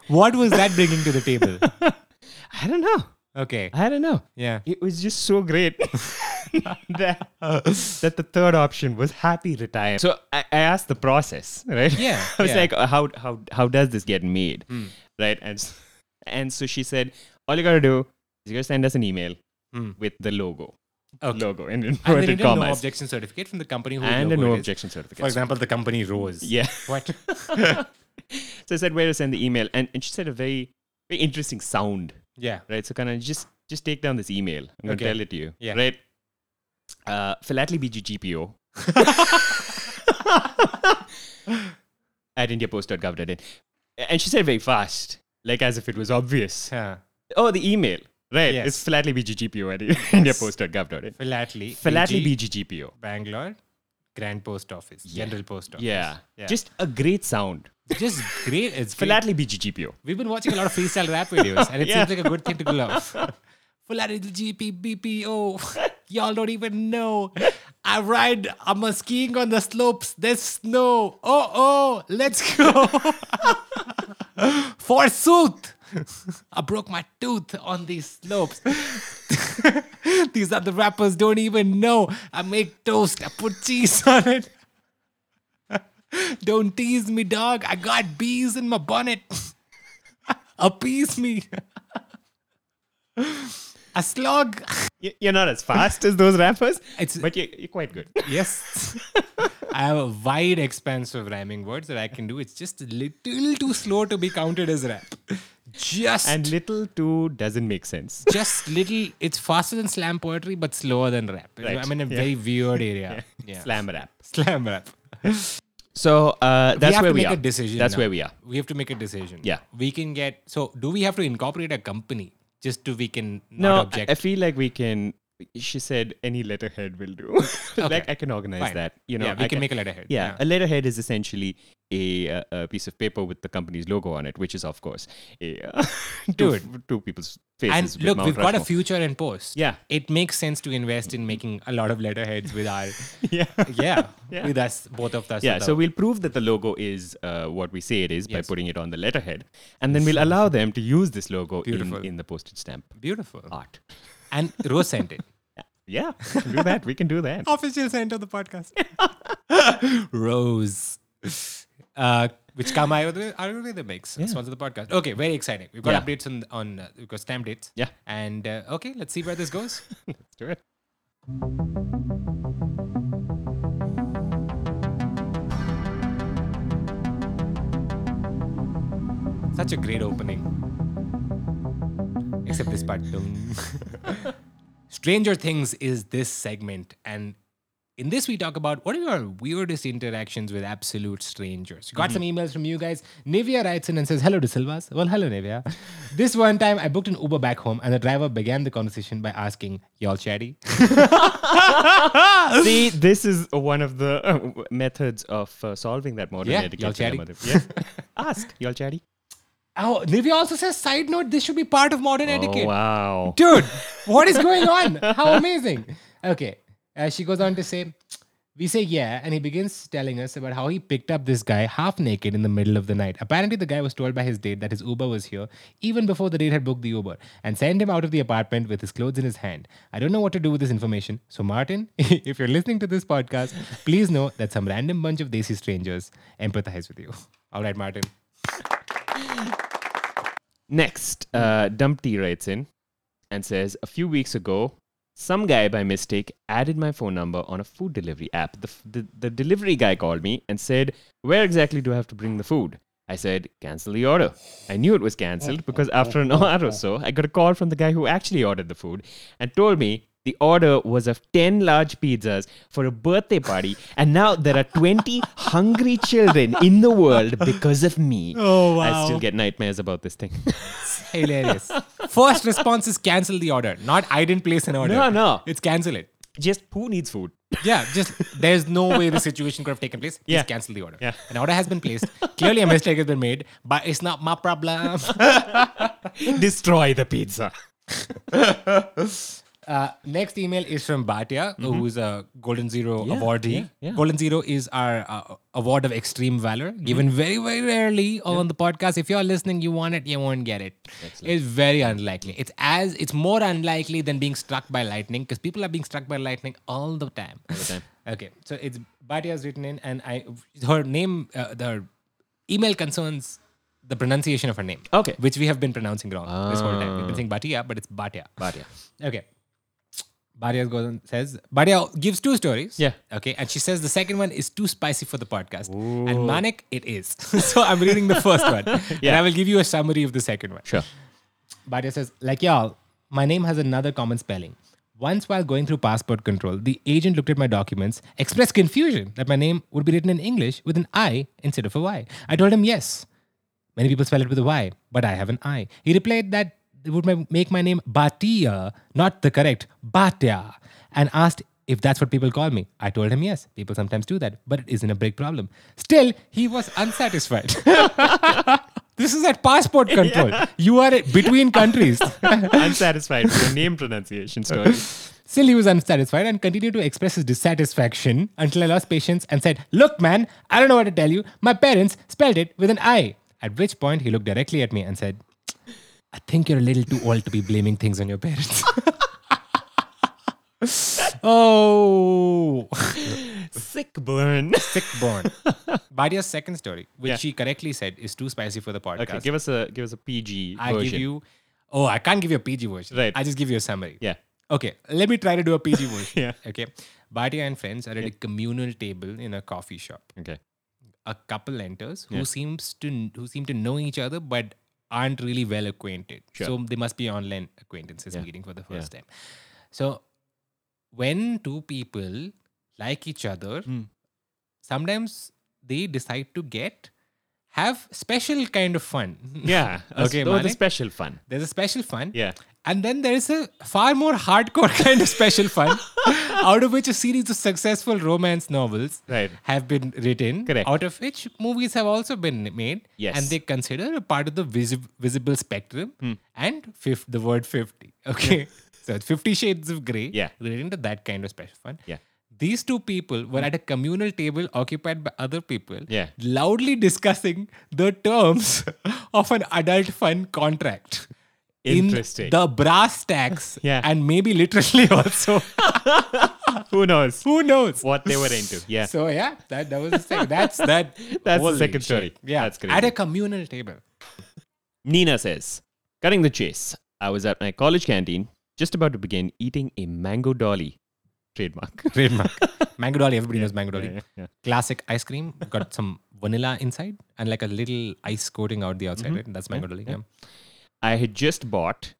S3: What was that bringing to the table?
S4: I don't know.
S3: Okay.
S4: I don't know.
S3: Yeah.
S4: It was just so great that, that the third option was happy retirement. So I, I asked the process, right?
S3: Yeah,
S4: I was
S3: yeah. Hmm.
S4: like, how, how, how does this get made? Right. And, s- and so she said, all you got to do is you got to send us an email
S3: Hmm.
S4: with the logo.
S3: Okay.
S4: Logo
S3: And
S4: in
S3: they
S4: inverted
S3: did a no
S4: commas.
S3: objection certificate from the company who
S4: and a
S3: logo
S4: no
S3: it is.
S4: objection certificate.
S3: For example, the company Rose.
S4: Yeah.
S3: What?
S4: So I said, where to send the email? And, and she said a very, very interesting sound,
S3: Yeah.
S4: right? So kind of just just take down this email. I'm going to
S3: Okay.
S4: tell it to you,
S3: Yeah.
S4: right? Uh, philatlybggpo at indiapost.gov.in. And she said very fast, like as if it was obvious.
S3: Huh.
S4: Oh, the email, right?
S3: Yes.
S4: It's philatlybggpo at indiapost.gov.in.
S3: Philately. AG,
S4: Philatlybggpo.
S3: Bangalore. Grand Post Office.
S4: Yeah.
S3: General Post Office.
S4: Yeah.
S3: Yeah.
S4: Just a great sound.
S3: Just great. It's great.
S4: Philatlybggpo.
S3: We've been watching a lot of freestyle rap videos, and it
S4: Yeah.
S3: seems like a good thing to love. Philately GP BPO. Y'all don't even know. I ride. I'm a skiing on the slopes. There's snow. Oh oh, let's go. Forsooth, I broke my tooth on these slopes. these other rappers don't even know. I make toast. I put cheese on it. Don't tease me, dog. I got bees in my bonnet. Appease me. A slog.
S4: Y- You're not as fast as those rappers,
S3: It's-
S4: but you're, you're quite good.
S3: Yes. I have a wide expanse of rhyming words that I can do. It's just a little too slow to be counted as rap. Just
S4: And little too doesn't make sense.
S3: just little it's faster than slam poetry but slower than rap.
S4: Right.
S3: I'm in a
S4: Yeah.
S3: very weird area. Yeah.
S4: Slam rap.
S3: Slam rap.
S4: So uh, that's
S3: have
S4: where
S3: to
S4: we
S3: make
S4: are.
S3: a decision
S4: That's
S3: now.
S4: where we are.
S3: We have to make a decision.
S4: Yeah.
S3: We can get so do we have to incorporate a company just to we can not
S4: No, I,
S3: object?
S4: I feel like we can. She said any letterhead will do.
S3: Okay.
S4: like I can organize
S3: Fine.
S4: that. You know,
S3: yeah, we
S4: I
S3: can, make a letterhead.
S4: Yeah, a letterhead is essentially a, uh, a piece of paper with the company's logo on it, which is of course a uh, two,
S3: Dude.
S4: two people's faces.
S3: And
S4: with
S3: look,
S4: Mount
S3: we've got a
S4: Rushmore.
S3: future in post.
S4: Yeah.
S3: It makes sense to invest in making a lot of letterheads with our
S4: Yeah.
S3: yeah,
S4: Yeah.
S3: with us both of us.
S4: Yeah,
S3: with
S4: so
S3: our-
S4: we'll prove that the logo is uh, what we say it is by
S3: Yes.
S4: putting it on the letterhead, and then we'll allow them to use this logo in,
S3: Beautiful.
S4: in the postage stamp
S3: beautiful.
S4: art.
S3: And Rose sent it.
S4: Yeah, we can do that. We can do
S3: Oh.
S4: that.
S3: Official sent of the podcast. Rose. Uh, which Kama Ayurveda Ayurveda makes.
S4: Yeah.
S3: Sponsor the podcast. Okay, very exciting. We've got
S4: Yeah.
S3: updates on on uh, we've got stamp dates.
S4: Yeah.
S3: And uh, okay, let's see where this goes.
S4: Do it.
S3: Such a great opening. Except this part. Dum. Stranger Things is this segment, and in this we talk about what are your weirdest interactions with absolute strangers. Got some emails from you guys. Nivea writes in and says, "Hello to Silvas." Well, hello Nivea. this one time, I booked an Uber back home, and the driver began the conversation by asking, "Y'all chatty?"
S4: See, this is one of the uh, w- methods of uh, solving that modern
S3: Yeah,
S4: etiquette
S3: y'all chatty.
S4: dilemma. Yeah. Ask, y'all chatty.
S3: Oh, Nivea also says, "Side note: This should be part of modern etiquette."
S4: Oh, wow.
S3: dude what is going on how amazing okay uh, she goes on to say we say yeah and he begins telling us about how he picked up this guy half naked in the middle of the night apparently the guy was told by his date that his uber was here even before the date had booked the uber and sent him out of the apartment with his clothes in his hand i don't know what to do with this information so martin if you're listening to this podcast please know that some random bunch of desi strangers empathize with you all right martin
S4: Next, uh, Dumpty writes in and says, A few weeks ago, some guy by mistake added my phone number on a food delivery app. The, f- the, the delivery guy called me and said, Where exactly do I have to bring the food? I said, Cancel the order. I knew it was cancelled because after an hour or so, I got a call from the guy who actually ordered the food and told me the order was of 10 large pizzas for a birthday party, and now there are 20 hungry children in the world because of me.
S3: Oh,
S4: I still
S3: wow.
S4: get nightmares about this thing.
S3: hilarious first response is cancel the order not i didn't place an order
S4: No, no.
S3: it's cancel it
S4: just who needs food?
S3: Yeah, just there's no way the situation could have taken place. Please
S4: Yeah.
S3: cancel the order.
S4: Yeah.
S3: An order has been placed. Clearly, a mistake has been made, but it's not my problem.
S4: Destroy the pizza.
S3: Uh, next email is from Bhatia, who's a Golden Zero awardee.
S4: Mm-hmm. yeah, Mm-hmm. yeah.
S3: Golden Zero is our uh, award of extreme valor, given very, very rarely on the podcast. If you're listening, you want it, you won't get it. It's very unlikely. It's as it's more unlikely than being struck by lightning because people are being struck by lightning all the time. All the
S4: time.
S3: okay, so it's Bhatia's written in, and I her name, uh, her email concerns the pronunciation of her name.
S4: Okay.
S3: which we have been pronouncing wrong this whole time. We've
S4: Ah.
S3: been saying Bhatia, but it's Bhatia.
S4: But yeah.
S3: Okay. Bhatia goes and says, Bhatia gives two stories.
S4: Yeah.
S3: Okay. And she says the second one is too spicy for the podcast. And Manik, it is. so I'm reading the first one. And I will give you a summary of the second one.
S4: Sure.
S3: Bhatia says, like y'all, my name has another common spelling. Once while going through passport control, the agent looked at my documents, expressed confusion that my name would be written in English with an I instead of a Y. I told him yes. Many people spell it with a Y, but I have an I. He replied that it would ma- make my name Bhatia, not the correct Bhatia, and asked if that's what people call me. I told him yes. People sometimes do that, but it isn't a big problem. Still, he was unsatisfied. this is at passport control. You are at- between countries.
S4: Unsatisfied with your name pronunciation story.
S3: Still, he was unsatisfied and continued to express his dissatisfaction until I lost patience and said, Look, man, I don't know what to tell you. My parents spelled it with an I. At which point, he looked directly at me and said, I think you're a little too old to be blaming things on your parents. oh,
S4: Sick burn.
S3: sick born. Badia's second story, which
S4: Yeah.
S3: she correctly said is too spicy for the podcast.
S4: Okay, give us a give us a PG
S3: I
S4: version.
S3: give you. Oh, I can't give you a PG version.
S4: Right.
S3: I just give you a summary.
S4: Yeah.
S3: Okay, let me try to do a PG version.
S4: Yeah.
S3: Okay. Bhatia and friends are at a communal table in a coffee shop.
S4: Okay.
S3: A couple enters who
S4: Yeah.
S3: seems to who seem to know each other but aren't really well acquainted.
S4: Sure.
S3: So they must be online acquaintances meeting for the
S4: Yeah.
S3: first time. So when two people like each other,
S4: Hmm.
S3: sometimes they decide to get have special kind of fun.
S4: Yeah.
S3: Okay,
S4: okay. Oh, the
S3: Manik?
S4: special fun.
S3: There's a special fun.
S4: Yeah.
S3: And then there is a far more hardcore kind of special fun, out of which a series of successful romance novels
S4: Right.
S3: have been written.
S4: Correct.
S3: Out of which movies have also been made.
S4: Yes. Hmm.
S3: And they consider a part of the visi- visible spectrum and fifth, the word 50. Okay. so it's 50 Shades of Grey.
S4: Yeah.
S3: Written to that kind of special fun.
S4: Yeah.
S3: These two people were at a communal table occupied by other people,
S4: Yeah.
S3: loudly discussing the terms of an adult fun contract.
S4: Interesting.
S3: in the brass tacks
S4: Yeah.
S3: and maybe literally also.
S4: Who knows
S3: Who knows?
S4: what they were into? Yeah.
S3: So yeah, that, that was the thing. That's that.
S4: That's the
S3: Holy
S4: second
S3: shit.
S4: story.
S3: Yeah,
S4: That's
S3: At
S4: crazy.
S3: a communal table.
S4: Nina says, cutting the chase. I was at my college canteen, just about to begin eating a mango dolly. Trademark.
S3: Trademark. mango dolly. Everybody knows mango dolly.
S4: yeah, yeah.
S3: Classic ice cream. Got some vanilla inside and like a little ice coating out the outside.
S4: Mm-hmm.
S3: Right? That's mango dolly. Yeah.
S4: I had just bought.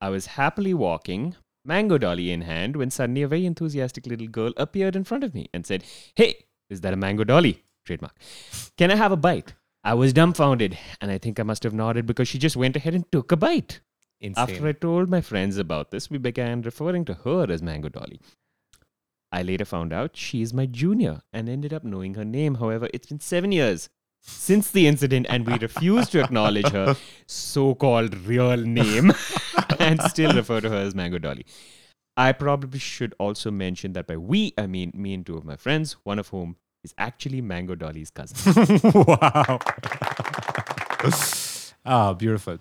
S4: I was happily walking, mango dolly in hand, when suddenly a very enthusiastic little girl appeared in front of me and said, Hey, is that a mango dolly? Trademark. Can I have a bite? I was dumbfounded, and I think I must have nodded because she just went ahead and took a bite.
S3: Insane.
S4: After I told my friends about this, we began referring to her as Mango Dolly. I later found out she is my junior and ended up knowing her name. However, it's been seven years since the incident and we refuse to acknowledge her so called real name and still refer to her as Mango Dolly. I probably should also mention that by we, I mean me and two of my friends, one of whom is actually Mango Dolly's cousin.
S3: wow. Ah, beautiful.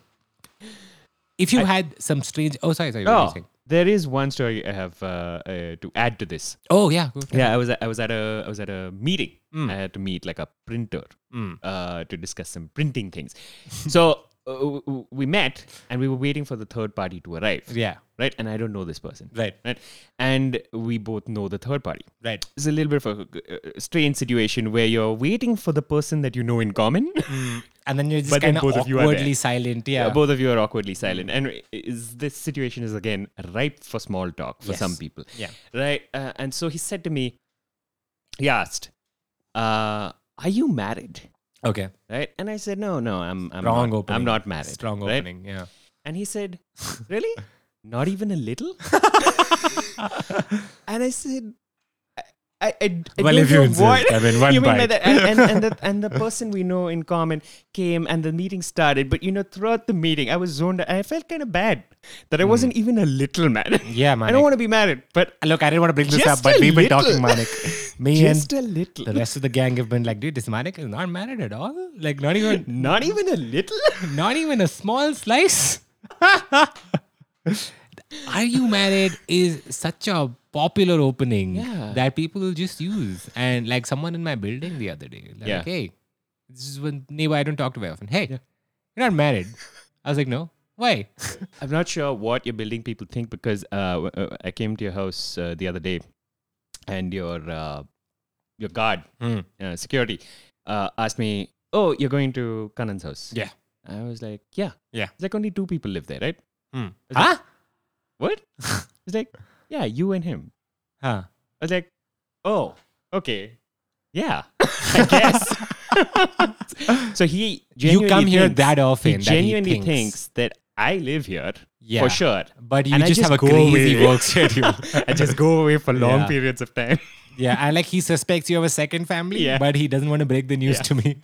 S3: If you had some strange, oh sorry, sorry. what were you
S4: oh,
S3: saying?
S4: there is one story I have uh, uh, to add to this.
S3: oh yeah. go for it.
S4: Yeah, I was at, I was at a I was at a meeting.
S3: Mm.
S4: I had to meet like a printer uh, to discuss some printing things. so uh, w- w- we met and we were waiting for the third party to arrive.
S3: Yeah.
S4: Right, and I don't know this person.
S3: Right.
S4: right, and we both know the third party.
S3: Right.
S4: It's a little bit of a uh, strange situation where you're waiting for the person that you know in common.
S3: And then you're just
S4: But then
S3: kind of
S4: both of you are there.
S3: awkwardly silent. Yeah. Mm.
S4: Uh, both of you are awkwardly silent, and is, this situation is again ripe for small talk for some
S3: Yes.
S4: people.
S3: Yeah.
S4: right. Uh, and so he said to me, he asked, uh, "Are you married?"
S3: okay.
S4: Right, and I said, "No, no, I'm I'm
S3: Strong
S4: not,
S3: opening.
S4: I'm not married."
S3: Strong
S4: right?
S3: opening. Yeah.
S4: And he said, "Really? not even a little?" and I said. I- I, I, I
S3: Well,
S4: don't
S3: if you
S4: know
S3: insist,
S4: what-
S3: I mean, one
S4: you mean by
S3: bite.
S4: that, and, and, and, the, and the person we know in common came, and the meeting started. But you know, throughout the meeting, I was zoned out, and I felt kind of bad that I wasn't even a little married.
S3: Hmm. Yeah, man.
S4: I don't want to be married, but
S3: Look, I didn't want to bring this
S4: Just
S3: up, but
S4: a
S3: we've been
S4: little.
S3: talking, Manik. Me
S4: just
S3: and
S4: a little,
S3: the rest of the gang have been like, dude, this Manik is not married at all. Like, not even,
S4: not even a little.
S3: not even a small slice. Are you married? Is such a popular opening
S4: Yeah.
S3: that people just use. And like someone in my building the other day, like,
S4: Yeah.
S3: hey, this is one neighbor I don't talk to very often. Hey, you're not married. I was like, no. Why?
S4: I'm not sure what your building people think because uh, w- uh, I came to your house uh, the other day, and your uh, your guard,
S3: Hmm.
S4: uh, security, uh, asked me, "Oh, you're going to Kanan's house?"
S3: Yeah.
S4: I was like, "Yeah,
S3: Yeah.
S4: It's like only two people live there, right?
S3: Huh?
S4: What? It's like, yeah, you and him.
S3: Huh.
S4: I was like, oh, okay, yeah, I guess. so he genuinely
S3: come here
S4: thinks-
S3: that often that
S4: He
S3: he
S4: genuinely
S3: thinks.
S4: thinks that I live here
S3: Yeah.
S4: for sure.
S3: But you
S4: And I
S3: just, have a
S4: go
S3: crazy
S4: away.
S3: work schedule.
S4: I just go away for long
S3: Yeah.
S4: periods of time.
S3: Yeah, and like he suspects you have a second family,
S4: Yeah.
S3: but he doesn't want to break the news to me.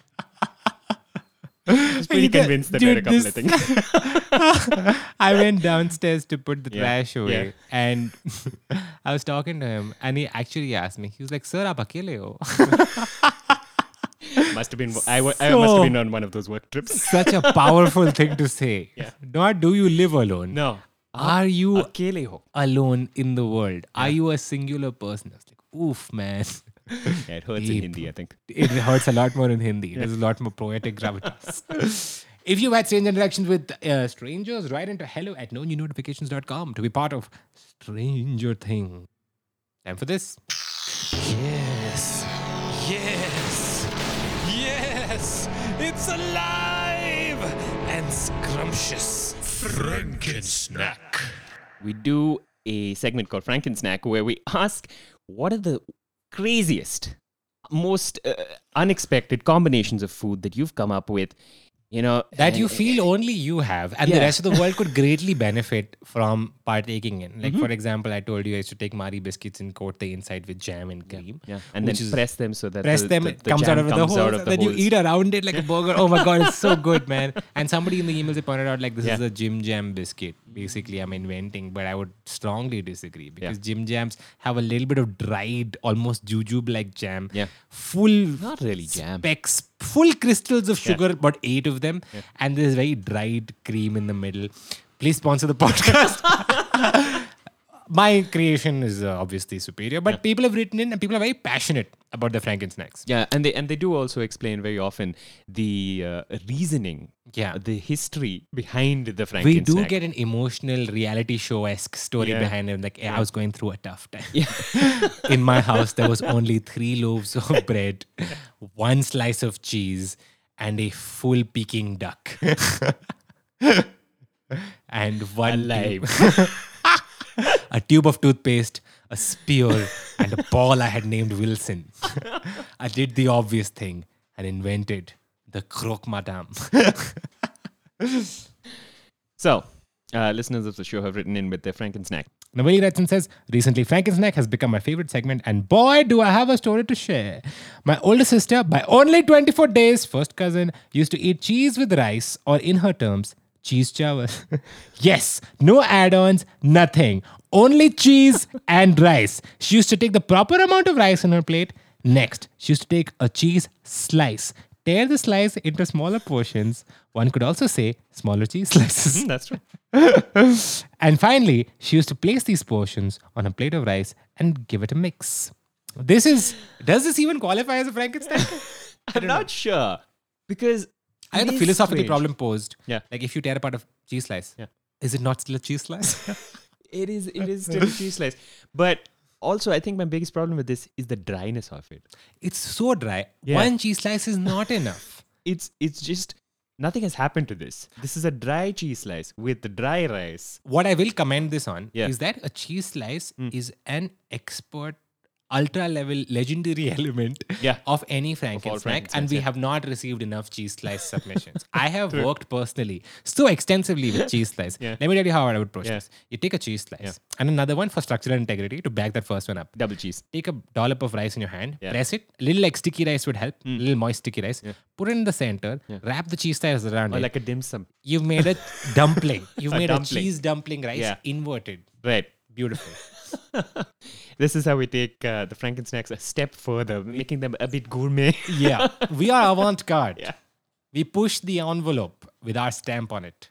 S4: He's pretty
S3: Dude,
S4: convinced that we're a couple, I
S3: this-
S4: think.
S3: I went downstairs to put the
S4: Yeah,
S3: trash away,
S4: yeah.
S3: and I was talking to him, and he actually asked me. He was like, "Sir, aap akele ho?"
S4: must have been. I, wa- I must
S3: So-
S4: have been on one of those work trips.
S3: Such a powerful thing to say.
S4: Yeah.
S3: Not do you live alone?
S4: No.
S3: Are you
S4: Akele ho.
S3: alone in the world? Are you a singular person? I was like, "Oof, man."
S4: Yeah, it hurts in
S3: Deep.
S4: Hindi, I think.
S3: it hurts a lot more in Hindi. There's a lot more poetic gravitas. if you've had strange interactions with uh, strangers, write into hello at nonewnotifications.com to be part of Stranger Thing. Time for this.
S5: Yes. Yes. Yes. It's alive and scrumptious. Frankensnack.
S4: We do a segment called Frankensnack where we ask what are the craziest, most uh, unexpected combinations of food that you've come up with. You know
S3: That you
S4: and-
S3: feel only you have, and the
S4: Yeah.
S3: rest of the world could greatly benefit from partaking in.
S4: Mm-hmm.
S3: Like, for example, I told you I used to take Mari biscuits and coat the inside with jam and cream.
S4: Yeah, and
S3: which
S4: then
S3: is-
S4: press them so that
S3: press
S4: the,
S3: them,
S4: the,
S3: it
S4: the
S3: comes
S4: jam
S3: out of the
S4: comes
S3: holes,
S4: out of
S3: and
S4: the
S3: then
S4: holes.
S3: you eat around it like a burger. Oh my god, it's so good, man! And somebody in the emails they pointed out like this is
S4: Yeah.
S3: a Jim Jam biscuit. Basically, I'm inventing, but I would strongly disagree because Jim Jams have a little bit of dried, almost jujube like jam.
S4: Yeah.
S3: full
S4: Not really jam.
S3: specks, full crystals of sugar, but eight of them, and there's very dried cream in the middle. please sponsor the podcast. My creation is uh, obviously superior, but people have written in and people are very passionate about their Franken snacks.
S4: Yeah, and they and they do also explain very often the uh, reasoning, uh,
S3: Yeah.
S4: the history behind the Franken.
S3: We do get an emotional reality show esque story
S4: Yeah.
S3: behind it. Like, I was going through a tough time. In my house, there was only three loaves of bread, one slice of cheese, and a full Peking duck. and one
S4: Alive.
S3: tube- a tube of toothpaste, a spear, and a ball I had named Wilson. I did the obvious thing and invented the croque madame.
S4: So, uh, listeners of the show have written in with their Franken snack.
S3: Navali writes and says, Recently, Frankensnack has become my favorite segment, and boy, do I have a story to share. My older sister, by only 24 days, first cousin, used to eat cheese with rice, or in her terms, cheese chowal. yes, no add ons, nothing. Only cheese and rice. She used to take the proper amount of rice in her plate. Next, she used to take a cheese slice, tear the slice into smaller portions. One could also say smaller cheese slices.
S4: Hmm, That's true.
S3: And finally, she used to place these portions on a plate of rice and give it a mix. This is does this even qualify as a Frankenstein?
S4: I'm not sure because
S3: I had
S4: it
S3: the
S4: is
S3: philosophical
S4: strange.
S3: problem posed.
S4: Yeah.
S3: Like if you tear apart a cheese slice,
S4: Yeah.
S3: is it not still a cheese slice?
S4: It is it is still a cheese slice, but also I think my biggest problem with this is the dryness of it.
S3: it's so dry.
S4: Yeah.
S3: One cheese slice is not enough.
S4: It's it's just nothing has happened to this. This is a dry cheese slice with the dry rice.
S3: What I will commend this on
S4: Yeah. Hmm.
S3: is that a cheese slice is an expert ultra level legendary element
S4: Yeah.
S3: of any Franken snack and
S4: Frankensteins,
S3: we
S4: yeah.
S3: have not received enough cheese slice submissions. I have worked personally so extensively with cheese slice.
S4: Yeah.
S3: Let me tell you how I would approach
S4: Yeah.
S3: this. You take a cheese slice
S4: Yeah.
S3: and another one for structural integrity to back that first one up.
S4: Double cheese.
S3: Take a dollop of rice in your hand,
S4: Yeah. Hmm.
S3: press it, a little like sticky rice would help, little moist sticky rice. Put it in the center, wrap the cheese slice around
S4: Or
S3: it.
S4: like a dim sum.
S3: You've made a dumpling. You've
S4: A
S3: made a
S4: dumpling.
S3: cheese dumpling rice
S4: Yeah.
S3: inverted.
S4: Right.
S3: Beautiful.
S4: This is how we take uh, the Franken snacks a step further, making them a bit gourmet.
S3: Yeah. We are avant garde.
S4: Yeah.
S3: We push the envelope with our stamp on it.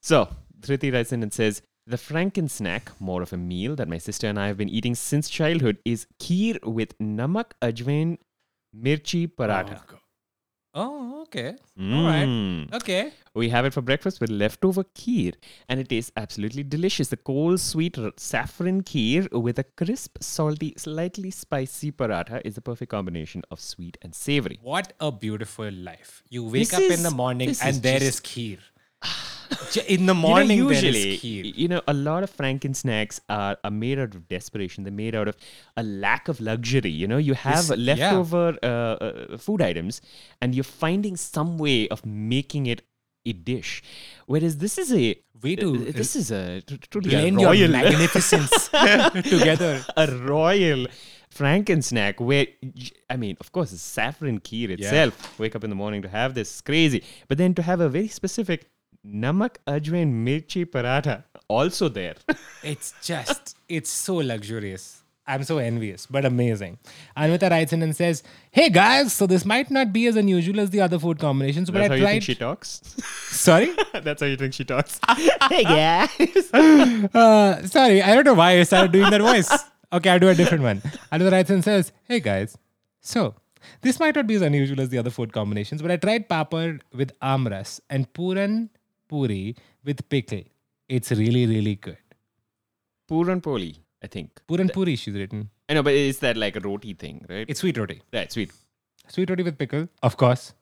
S4: So, Thriti writes in and says, the Franken snack, more of a meal that my sister and I have been eating since childhood, is kheer with namak, ajwain, mirchi, paratha.
S3: Oh, okay. All right.
S4: Mm.
S3: Okay.
S4: We have it for breakfast with leftover kheer, and it tastes absolutely delicious. The cold, sweet r- saffron kheer with a crisp, salty, slightly spicy paratha is the perfect combination of sweet and savory.
S3: What a beautiful life. You wake
S4: This
S3: up in
S4: is-
S3: the morning
S4: this
S3: and
S4: is
S3: there is
S4: just-
S3: kheer. Ju- in the
S4: You know,
S3: morning, there
S4: usually,
S3: is kheer.
S4: y- you know, a lot of Franken snacks are, are made out of desperation. They're made out of a lack of luxury. You know, you have
S3: This- yeah.
S4: leftover uh, uh, food items, and you're finding some way of making it a dish. Whereas this is a
S3: Way to,
S4: uh, this is a tr- tr- truly a
S3: Blend your
S4: royal,
S3: magnificence together.
S4: a royal Franken snack. Where j- I mean, of course, it's saffron kheer itself. Wake up in the morning to have this is crazy, but then to have a very specific. Namak ajwain mirchi paratha also there.
S3: It's just, it's so luxurious. I'm so envious, but amazing. Anvita writes in and says, Hey guys, so this might not be as unusual as the other food combinations, but
S4: That's
S3: I
S4: how you
S3: tried.
S4: think she talks.
S3: Sorry?
S4: That's how you think she talks. hey guys.
S3: Uh, sorry, I don't know why I started doing that voice. Okay, I'll do a different one. Another writes and says, Hey guys, so this might not be as unusual as the other food combinations, but I tried papad with amras and puran puri with pickle. It's really, really good.
S4: Puran poli, I think.
S3: Puran puri, she's written.
S4: I know, but it's that like a roti thing, right?
S3: It's sweet roti.
S4: right, sweet.
S3: Sweet roti with pickle, of course.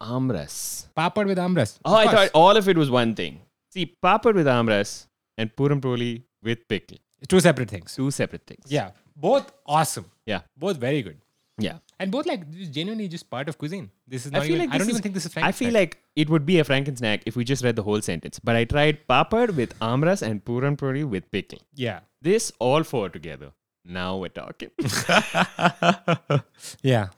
S4: Amras.
S3: Papad with amras.
S4: Oh,
S3: of
S4: I
S3: course.
S4: thought all of it was one thing. See, papad with amras and puran poli with pickle.
S3: two separate things.
S4: Two separate things.
S3: Yeah, both awesome.
S4: Yeah.
S3: Both very good.
S4: Yeah.
S3: And both like genuinely just part of cuisine. This is not even, I don't even
S4: this is-
S3: think this is
S4: I feel
S3: Frankenstein.
S4: like it would be a Franken snack if we just read the whole sentence. But I tried papad with amras and puran poli with pickle.
S3: yeah.
S4: This all four together. Now we're talking.
S3: Yeah.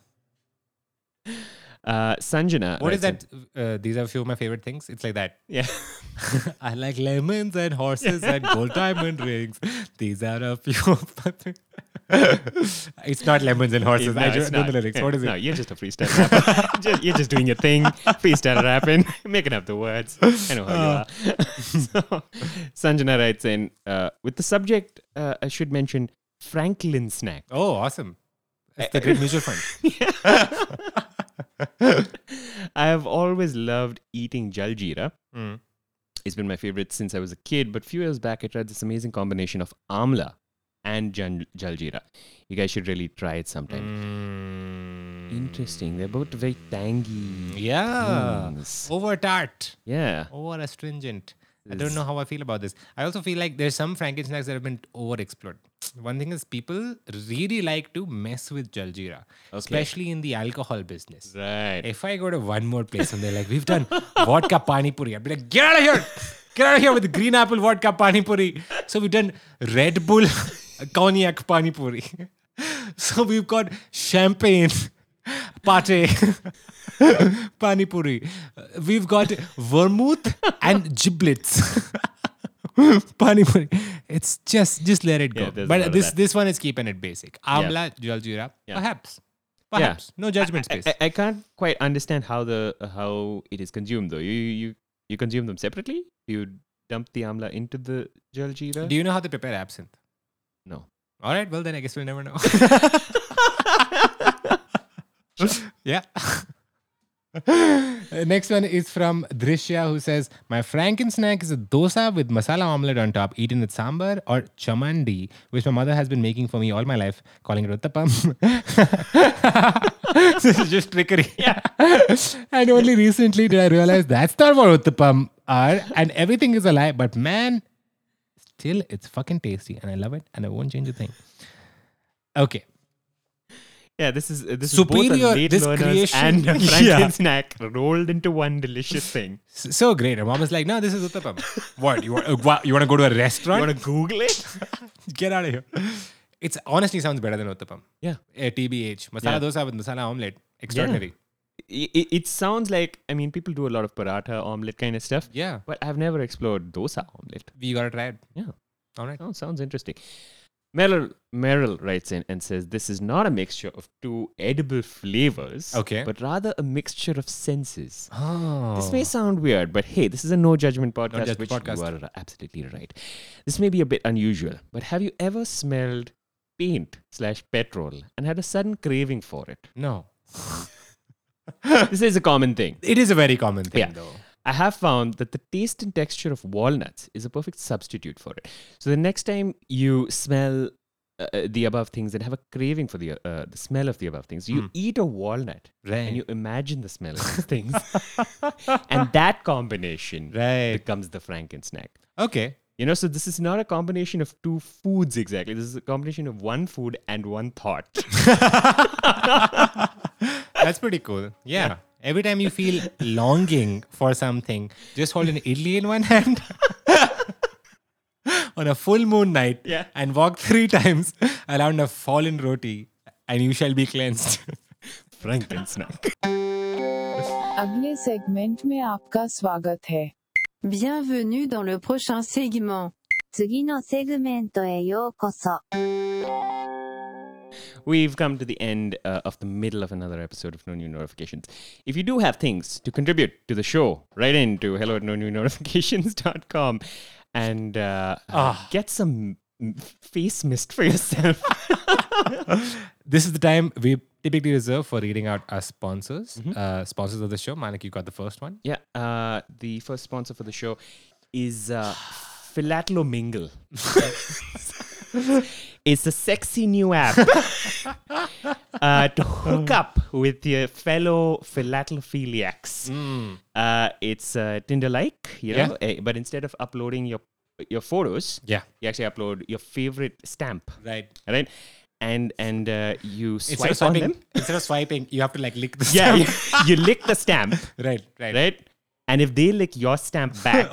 S4: Uh, Sanjana.
S3: What is
S4: writes in-
S3: that? Uh, these are a few of my favorite things. It's like that.
S4: Yeah.
S3: I like lemons and horses and gold diamond rings. These are a few of my. fa- It's not lemons and horses.
S4: No,
S3: I
S4: it's
S3: don't know
S4: not.
S3: the lyrics.
S4: Yeah,
S3: What is
S4: No,
S3: it?
S4: you're just a freestyle rapper. Just- you're just doing your thing, freestyle rapping, making up the words. I know how
S3: Uh.
S4: you are. so, Sanjana writes in uh, with the subject, uh, I should mention Franklin Snack.
S3: Oh, awesome. It's the great mutual fund.
S4: I have always loved eating jaljeera.
S3: Mm.
S4: It's been my favorite since I was a kid, but few years back I tried this amazing combination of amla and jan- jaljeera. You guys should really try it sometime.
S3: Hmm.
S4: Interesting. They're both very tangy.
S3: Yeah.
S4: things.
S3: Over tart.
S4: Yeah.
S3: Over Oh, astringent. I
S4: It's-
S3: don't know how I feel about this. I also feel like there's some Franken snacks that have been over explored. One thing is people really like to mess with Jaljeera, especially in the alcohol business.
S4: Right.
S3: If I go to one more place and they're like, we've done vodka pani puri, I'd be like, get out of here! Get out of here with green apple vodka pani puri. So we've done Red Bull cognac pani puri. So we've got champagne, pate, pani puri. We've got vermouth and giblets. pani puri. It's just just let it go.
S4: Yeah, there's a lot
S3: but
S4: of
S3: this
S4: that.
S3: this one is keeping it basic. Amla, Jaljeera, perhaps. Perhaps. No judgment
S4: I,
S3: space.
S4: I, I can't quite understand how the how it is consumed though. You you you consume them separately. You dump the amla into the jaljeera.
S3: Do you know how they prepare absinthe?
S4: no.
S3: All right, well then I guess we'll never know. yeah. Uh, Next one is from Drishya who says, My Franken snack is a dosa with masala omelette on top, eaten with sambar or chamandi, which my mother has been making for me all my life, calling it uttapam. this is just trickery. Yeah. and only recently did I realize that's not what uttapam are, and everything is a lie, but man, still it's fucking tasty and I love it and I won't change a thing. Okay.
S4: Yeah, this is uh, this is both
S3: Superior-
S4: a late
S3: this
S4: learners
S3: creation-
S4: and a
S3: Yeah.
S4: Franken snack rolled into one delicious thing.
S3: S- So great. Her mom was like, no, this is uttapam. what? You want, uh, wa- you want to go to a
S4: You
S3: restaurant?
S4: want to Google it?
S3: Get out of here. It's honestly sounds better than uttapam.
S4: Yeah.
S3: Uh, TBH. Masala
S4: Yeah.
S3: dosa with masala omelette. Extraordinary.
S4: It, it sounds like I mean people do a lot of paratha omelet kind of stuff.
S3: Yeah.
S4: But I've never explored dosa omelet.
S3: We got to try it.
S4: Yeah.
S3: All right.
S4: Oh, sounds interesting. Merrill, Merrill writes in and says, This is not a mixture of two edible flavors,
S3: Okay.
S4: but rather a mixture of senses.
S3: Oh.
S4: This may sound weird, but hey, this is a no judgment podcast,
S3: judgment
S4: which
S3: podcast.
S4: you are r- absolutely right. This may be a bit unusual, but have you ever smelled paint slash petrol and had a sudden craving for it?
S3: no.
S4: this is a common thing.
S3: It is a very common thing,
S4: Yeah.
S3: though.
S4: I have found that the taste and texture of walnuts is a perfect substitute for it. So the next time you smell uh, uh, the above things and have a craving for the uh, the smell of the above things, you eat a walnut
S3: Hmm. Right.
S4: and you imagine the smell of these things, and that combination
S3: Right.
S4: becomes the Franken snack.
S3: Okay.
S4: You know, so this is not a combination of two foods exactly. This is a combination of one food and one thought.
S3: That's pretty cool. Yeah. Every time you feel longing for something, just hold an idli in one hand on a full moon night
S4: Yeah.
S3: and walk three times around a fallen roti and you shall be cleansed.
S4: Franken snack.
S6: अगले segment में आपका स्वागत है
S7: Bienvenue dans le prochain segment.
S8: 次のセグメントへようこそ。
S4: We've come to the end uh, of the middle of another episode of No New Notifications. If you do have things to contribute to the show, write in to hello at no new notifications.com and uh, get some m- face mist for yourself.
S3: this is the time we typically reserve for reading out our sponsors. Uh, sponsors of the show. Manik, you got the first one.
S4: yeah, uh, the first sponsor for the show is uh, Philatelo Mingle. it's a sexy new app uh, to hook up with your fellow philatalophiliacs. Uh, it's uh, Tinder like, you
S3: Hmm. Yeah.
S4: know, eh, but instead of uploading your your photos,
S3: Yeah.
S4: you actually upload your favorite stamp,
S3: Right.
S4: right? And and uh, you
S3: Instead of,
S4: swipe on
S3: swiping,
S4: them.
S3: instead of swiping, you have to like lick the
S4: Yeah, you,
S3: stamp.
S4: you lick the stamp,
S3: Right, right. Oh,
S4: right? And if they lick your stamp back,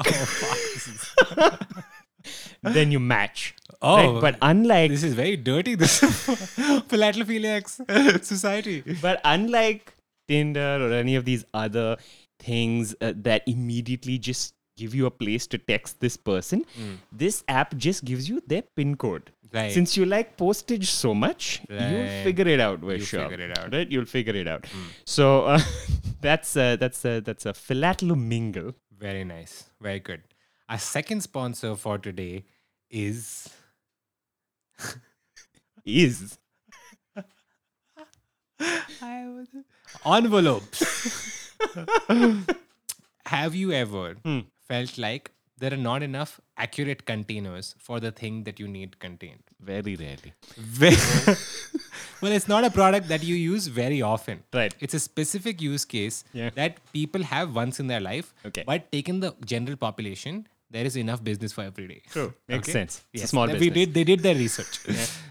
S4: then you match.
S3: Oh.
S4: but unlike
S3: This is very dirty, this philatalophiliacs society.
S4: but unlike Tinder or any of these other things uh, that immediately just give you a place to text this person. This app just gives you their pin code.
S3: Hmm. Right.
S4: Since you like postage so much,
S3: Right.
S4: you'll figure it out. We're
S3: You'll
S4: sure.
S3: figure it out. Hmm.
S4: Right? You'll figure it out. So uh, that's uh, that's uh, that's a philatelo
S3: Very nice. Very good. Our second sponsor for today is
S4: is
S3: envelopes. Have you ever felt like there are not enough accurate containers for the thing that you need contained?
S4: very rarely.
S3: Ve- well, it's not a product that you use very often.
S4: Right.
S3: It's a specific use case
S4: Yeah.
S3: that people have once in their life.
S4: Okay.
S3: But taken the general population, there is enough business for every day.
S4: True. Makes
S3: Okay?
S4: sense. It's a
S3: Yes,
S4: small
S3: they-
S4: business.
S3: We did, they did their research.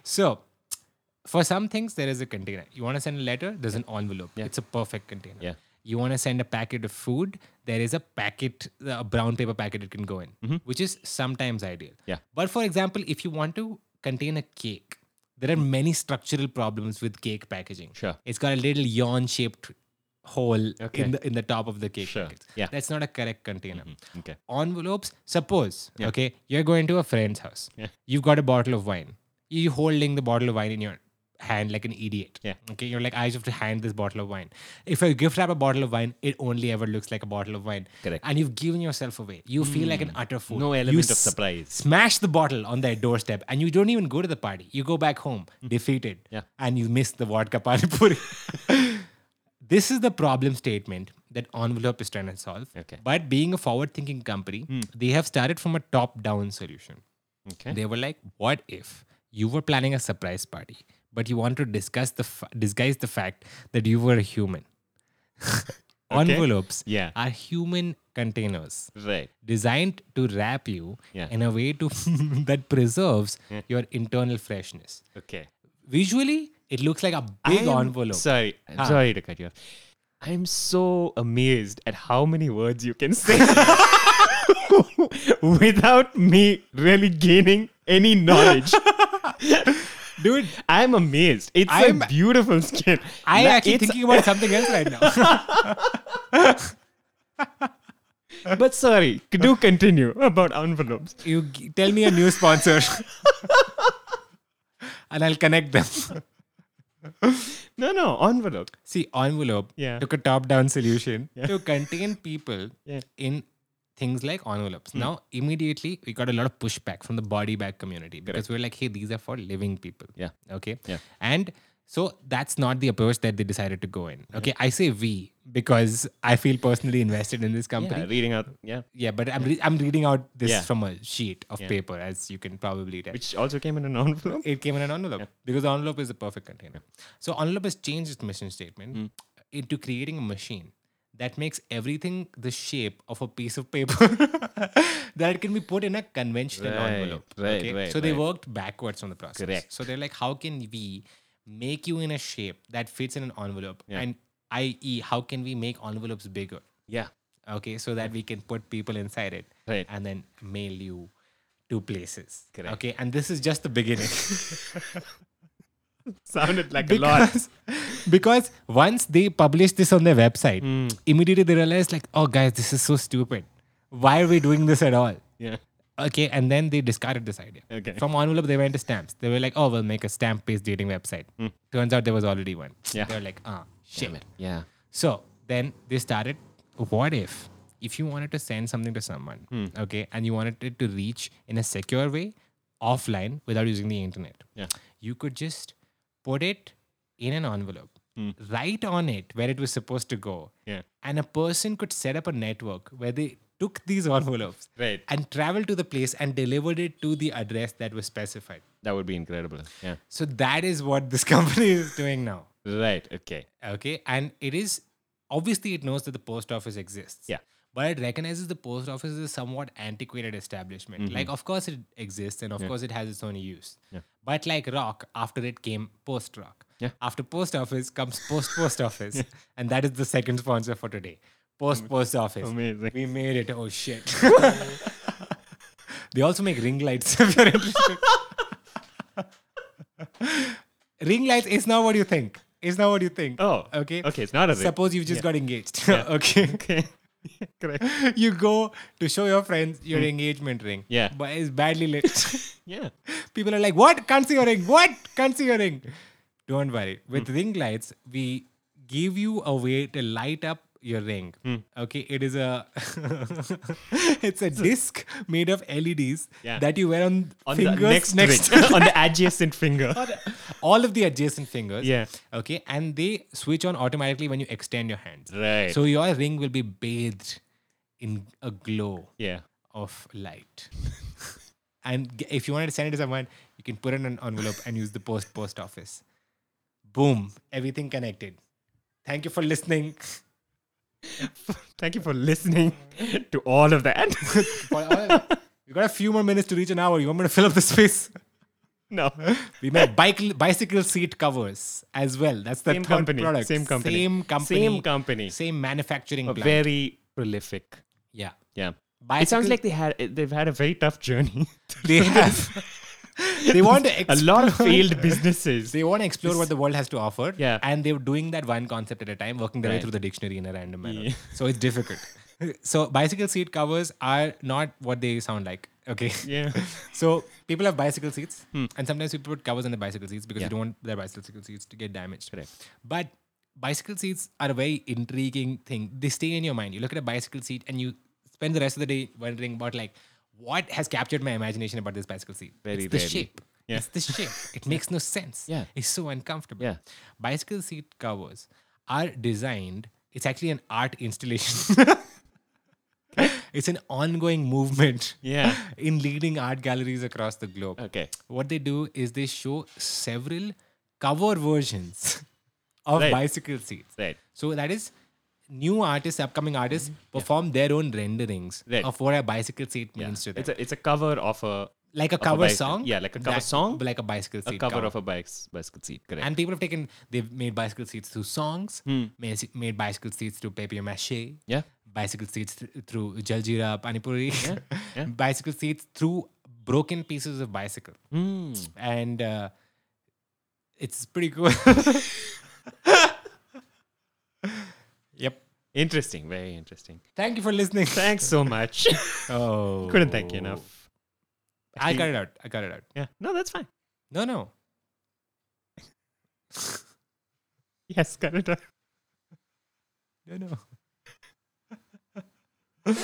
S3: So, for some things, there is a container. You want to send a letter, there's an envelope. It's a perfect container.
S4: Yeah.
S3: You want to send a packet of food, there is a packet, a brown paper packet it can go in, which is sometimes ideal.
S4: Mm-hmm. Yeah.
S3: But for example, if you want to contain a cake, there are many structural problems with cake packaging.
S4: Sure.
S3: It's got a little yawn shaped hole
S4: Okay.
S3: in the in the top of the cake
S4: Sure.
S3: packets.
S4: Yeah. Mm-hmm.
S3: That's not a correct container
S4: Okay.
S3: envelopes suppose
S4: Yeah.
S3: okay you're going to a friend's house
S4: Yeah.
S3: you've got a bottle of wine you're holding the bottle of wine in your hand like an idiot
S4: Yeah.
S3: okay you're like i just have to hand this bottle of wine if you gift wrap a bottle of wine it only ever looks like a bottle of wine
S4: Correct. Hmm.
S3: and you've given yourself away you feel like an utter fool
S4: No
S3: Oh, You
S4: element of
S3: s-
S4: surprise.
S3: smash the bottle on their doorstep and you don't even go to the party you go back home defeated
S4: Mm. Yeah.
S3: and you miss the vodka pani puri this is the problem statement that envelope is trying to solve
S4: Okay. Hmm.
S3: but being a forward thinking company they have started from a top down solution
S4: Okay.
S3: they were like what if you were planning a surprise party but you want to discuss the f- disguise the fact that you were a human envelopes
S4: Yeah.
S3: are human containers
S4: Right.
S3: designed to wrap you
S4: Yeah.
S3: in a way to that preserves your internal freshness.
S4: Okay.
S3: Visually, it looks like a big
S4: I am-
S3: envelope.
S4: Sorry, I'm
S3: Huh.
S4: sorry to cut you off. I'm so amazed at how many words you can say without me really gaining any knowledge. Dude, I'm amazed. It's
S3: I'm-
S4: a beautiful skin.
S3: I
S4: Na-
S3: actually
S4: it's-
S3: thinking about something else right now.
S4: But sorry, do continue about envelopes.
S3: you g- tell me a new sponsor, and I'll connect them.
S4: No, no, envelope.
S3: See, envelope
S4: Yeah.
S3: took a top-down solution
S4: Yeah.
S3: to contain people
S4: Yeah. Hmm.
S3: in things like envelopes. Now, immediately, we got a lot of pushback from the body bag community because we're like, hey, these are for living people.
S4: Yeah.
S3: Okay.
S4: Yeah.
S3: And so that's not the approach that they decided to go in. Okay. I say we because I feel personally invested in this company.
S4: Yeah,
S3: Yeah.
S4: reading out. Yeah,
S3: but I'm, re- I'm reading out this
S4: Yeah.
S3: from a sheet of
S4: Yeah.
S3: paper, as you can probably tell
S4: which also came in an envelope.
S3: it came in an envelope because the envelope is the perfect container. So envelope has changed its mission statement
S4: Hmm.
S3: into creating a machine that makes everything the shape of a piece of paper that it can be put in a conventional
S4: Right,
S3: envelope.
S4: right, right,
S3: so they
S4: right.
S3: worked backwards on the process.
S4: Correct.
S3: So they're like, how can we make you in a shape that fits in an envelope?
S4: Yeah.
S3: And i.e., how can we make envelopes bigger?
S4: Yeah,
S3: Okay, so that we can put people inside it
S4: Right.
S3: and then mail you to places.
S4: Correct.
S3: Okay, and this is just the beginning.
S4: sounded like a lot.
S3: because, because once they published this on their website,
S4: Hmm.
S3: immediately they realized like, oh guys, this is so stupid. Why are we doing this at all?
S4: Yeah.
S3: Okay, and then they discarded this idea.
S4: Okay.
S3: From envelope, they went to stamps. They were like, oh, we'll make a stamp-based dating website. Turns out there was already one.
S4: Hmm. Yeah.
S3: They're like, ah, shit.
S4: Yeah.
S3: So then they started. What if, if you wanted to send something to someone,
S4: Hmm.
S3: okay, and you wanted it to reach in a secure way, offline without using the internet,
S4: Yeah.
S3: you could just put it in an envelope, write on it where it was supposed to go,
S4: Yeah.
S3: and a person could set up a network where they took these envelopes
S4: Right.
S3: and traveled to the place and delivered it to the address that was specified.
S4: That would be incredible. Yeah.
S3: So that is what this company is doing now.
S4: Right. Okay.
S3: Okay. And it is obviously it knows that the post office exists.
S4: Yeah.
S3: But it recognizes the post office as a somewhat antiquated establishment.
S4: Mm-hmm.
S3: Like, of course, it exists and of course it has its own use. But like rock, after it came post rock.
S4: Yeah.
S3: After post office comes post post office. And that is the second sponsor for today post post office.
S4: Amazing.
S3: We made it. Oh, shit. they also make ring lights if you're interested. ring lights is not what you think. It's not what you think.
S4: Oh,
S3: Okay.
S4: okay, it's not a ring.
S3: Suppose you've just got engaged. okay.
S4: Okay. Correct.
S3: you go to show your friends your engagement ring.
S4: Hmm. Yeah.
S3: But it's badly lit.
S4: Yeah.
S3: People are like, what? Can't see your ring. What? Can't see your ring. Don't worry. With
S4: Hmm.
S3: ring lights, we give you a way to light up your ring.
S4: Hmm.
S3: Okay. It is a it's a disc made of LEDs
S4: Yeah.
S3: that you wear on,
S4: On
S3: fingers
S4: the next,
S3: next
S4: ring. on the adjacent finger.
S3: all of the adjacent fingers.
S4: Yeah.
S3: Okay. And they switch on automatically when you extend your hands.
S4: Right.
S3: So your ring will be bathed in a glow
S4: yeah.
S3: of light. and g- if you want to send it to someone, you can put it in an envelope and use the post post office. Boom. Everything connected. Thank you for listening.
S4: Thank you for listening to all of that.
S3: For all- we got a few more minutes to reach an hour. You want me to fill up the space?
S4: no.
S3: We made bike, bicycle seat covers as well. That's the
S4: Same
S3: third
S4: company,
S3: product.
S4: same company.
S3: Same company.
S4: Same company.
S3: Same manufacturing
S4: A
S3: plant.
S4: very prolific.
S3: yeah.
S4: Yeah. It
S3: Bicycle-
S4: sounds like they had they've had a very tough journey.
S3: they have. they want to
S4: a
S3: explore,
S4: lot of failed businesses.
S3: They want to explore what the world has to offer.
S4: Yeah.
S3: And they're doing that one concept at a time, working their way
S4: Right.
S3: through the dictionary in a random manner.
S4: Yeah.
S3: So it's difficult. so bicycle seat covers are not what they sound like. Okay.
S4: Yeah.
S3: So people have bicycle seats,
S4: Hmm.
S3: and sometimes we put covers on the bicycle seats because you don't want their bicycle seats to get damaged.
S4: Correct.
S3: But bicycle seats are a very intriguing thing. They stay in your mind. You look at a bicycle seat and you spend the rest of the day wondering about like what has captured my imagination about this bicycle seat.
S4: Very
S3: it's the
S4: rarely.
S3: shape.
S4: Yeah.
S3: It's the shape. It makes no sense.
S4: Yeah.
S3: It's so uncomfortable.
S4: Yeah.
S3: Bicycle seat covers are designed. It's actually an art installation. it's an ongoing movement
S4: Yeah.
S3: in leading art galleries across the globe.
S4: Okay.
S3: What they do is they show several cover versions of
S4: Right.
S3: bicycle seats.
S4: Right.
S3: So that is new artists, upcoming artists perform their own renderings
S4: Mm-hmm. Right.
S3: of what a bicycle seat
S4: Yeah.
S3: means to them.
S4: It's a it's a cover of a
S3: like a
S4: of a
S3: cover
S4: bicycle-
S3: song.
S4: yeah, like a cover
S3: that-
S4: song,
S3: Like a bicycle
S4: a
S3: seat.
S4: cover, of a bike's bicycle seat. Correct.
S3: and people have taken, they've made bicycle seats through songs,
S4: Hmm.
S3: made, made bicycle seats through papier mache,
S4: yeah.
S3: bicycle seats th- through Jaljira, Panipuri,
S4: yeah.
S3: bicycle seats through broken pieces of bicycle.
S4: Hmm.
S3: And uh, it's pretty cool. yep.
S4: Interesting. Very interesting.
S3: Thank you for listening.
S4: Thanks so much.
S3: Oh.
S4: Couldn't thank you enough.
S3: I got it out. I got it out.
S4: Yeah. No, that's fine.
S3: No, no.
S4: Yes, got it.
S3: No, no.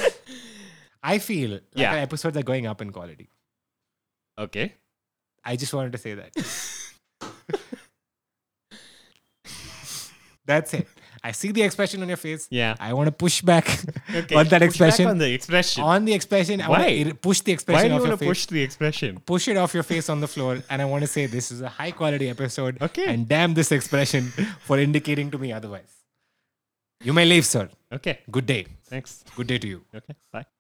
S3: I feel like
S4: Yeah.
S3: our episodes are going up in quality.
S4: Okay.
S3: I just wanted to say that. That's it. I see the expression on your face.
S4: Yeah.
S3: I want to push back
S4: Okay.
S3: on that
S4: Push back
S3: expression.
S4: on
S3: On the,
S4: the expression.
S3: expression, I want
S4: Why?
S3: to push the
S4: Why
S3: expression
S4: do you
S3: off
S4: want
S3: your
S4: to
S3: face.
S4: push the expression?
S3: push it off your face on the floor, and I want to say this is a high quality episode.
S4: Okay.
S3: And damn this expression for indicating to me otherwise. You may leave, sir.
S4: Okay.
S3: Good day.
S4: Thanks.
S3: Good day to you.
S4: Okay. Bye.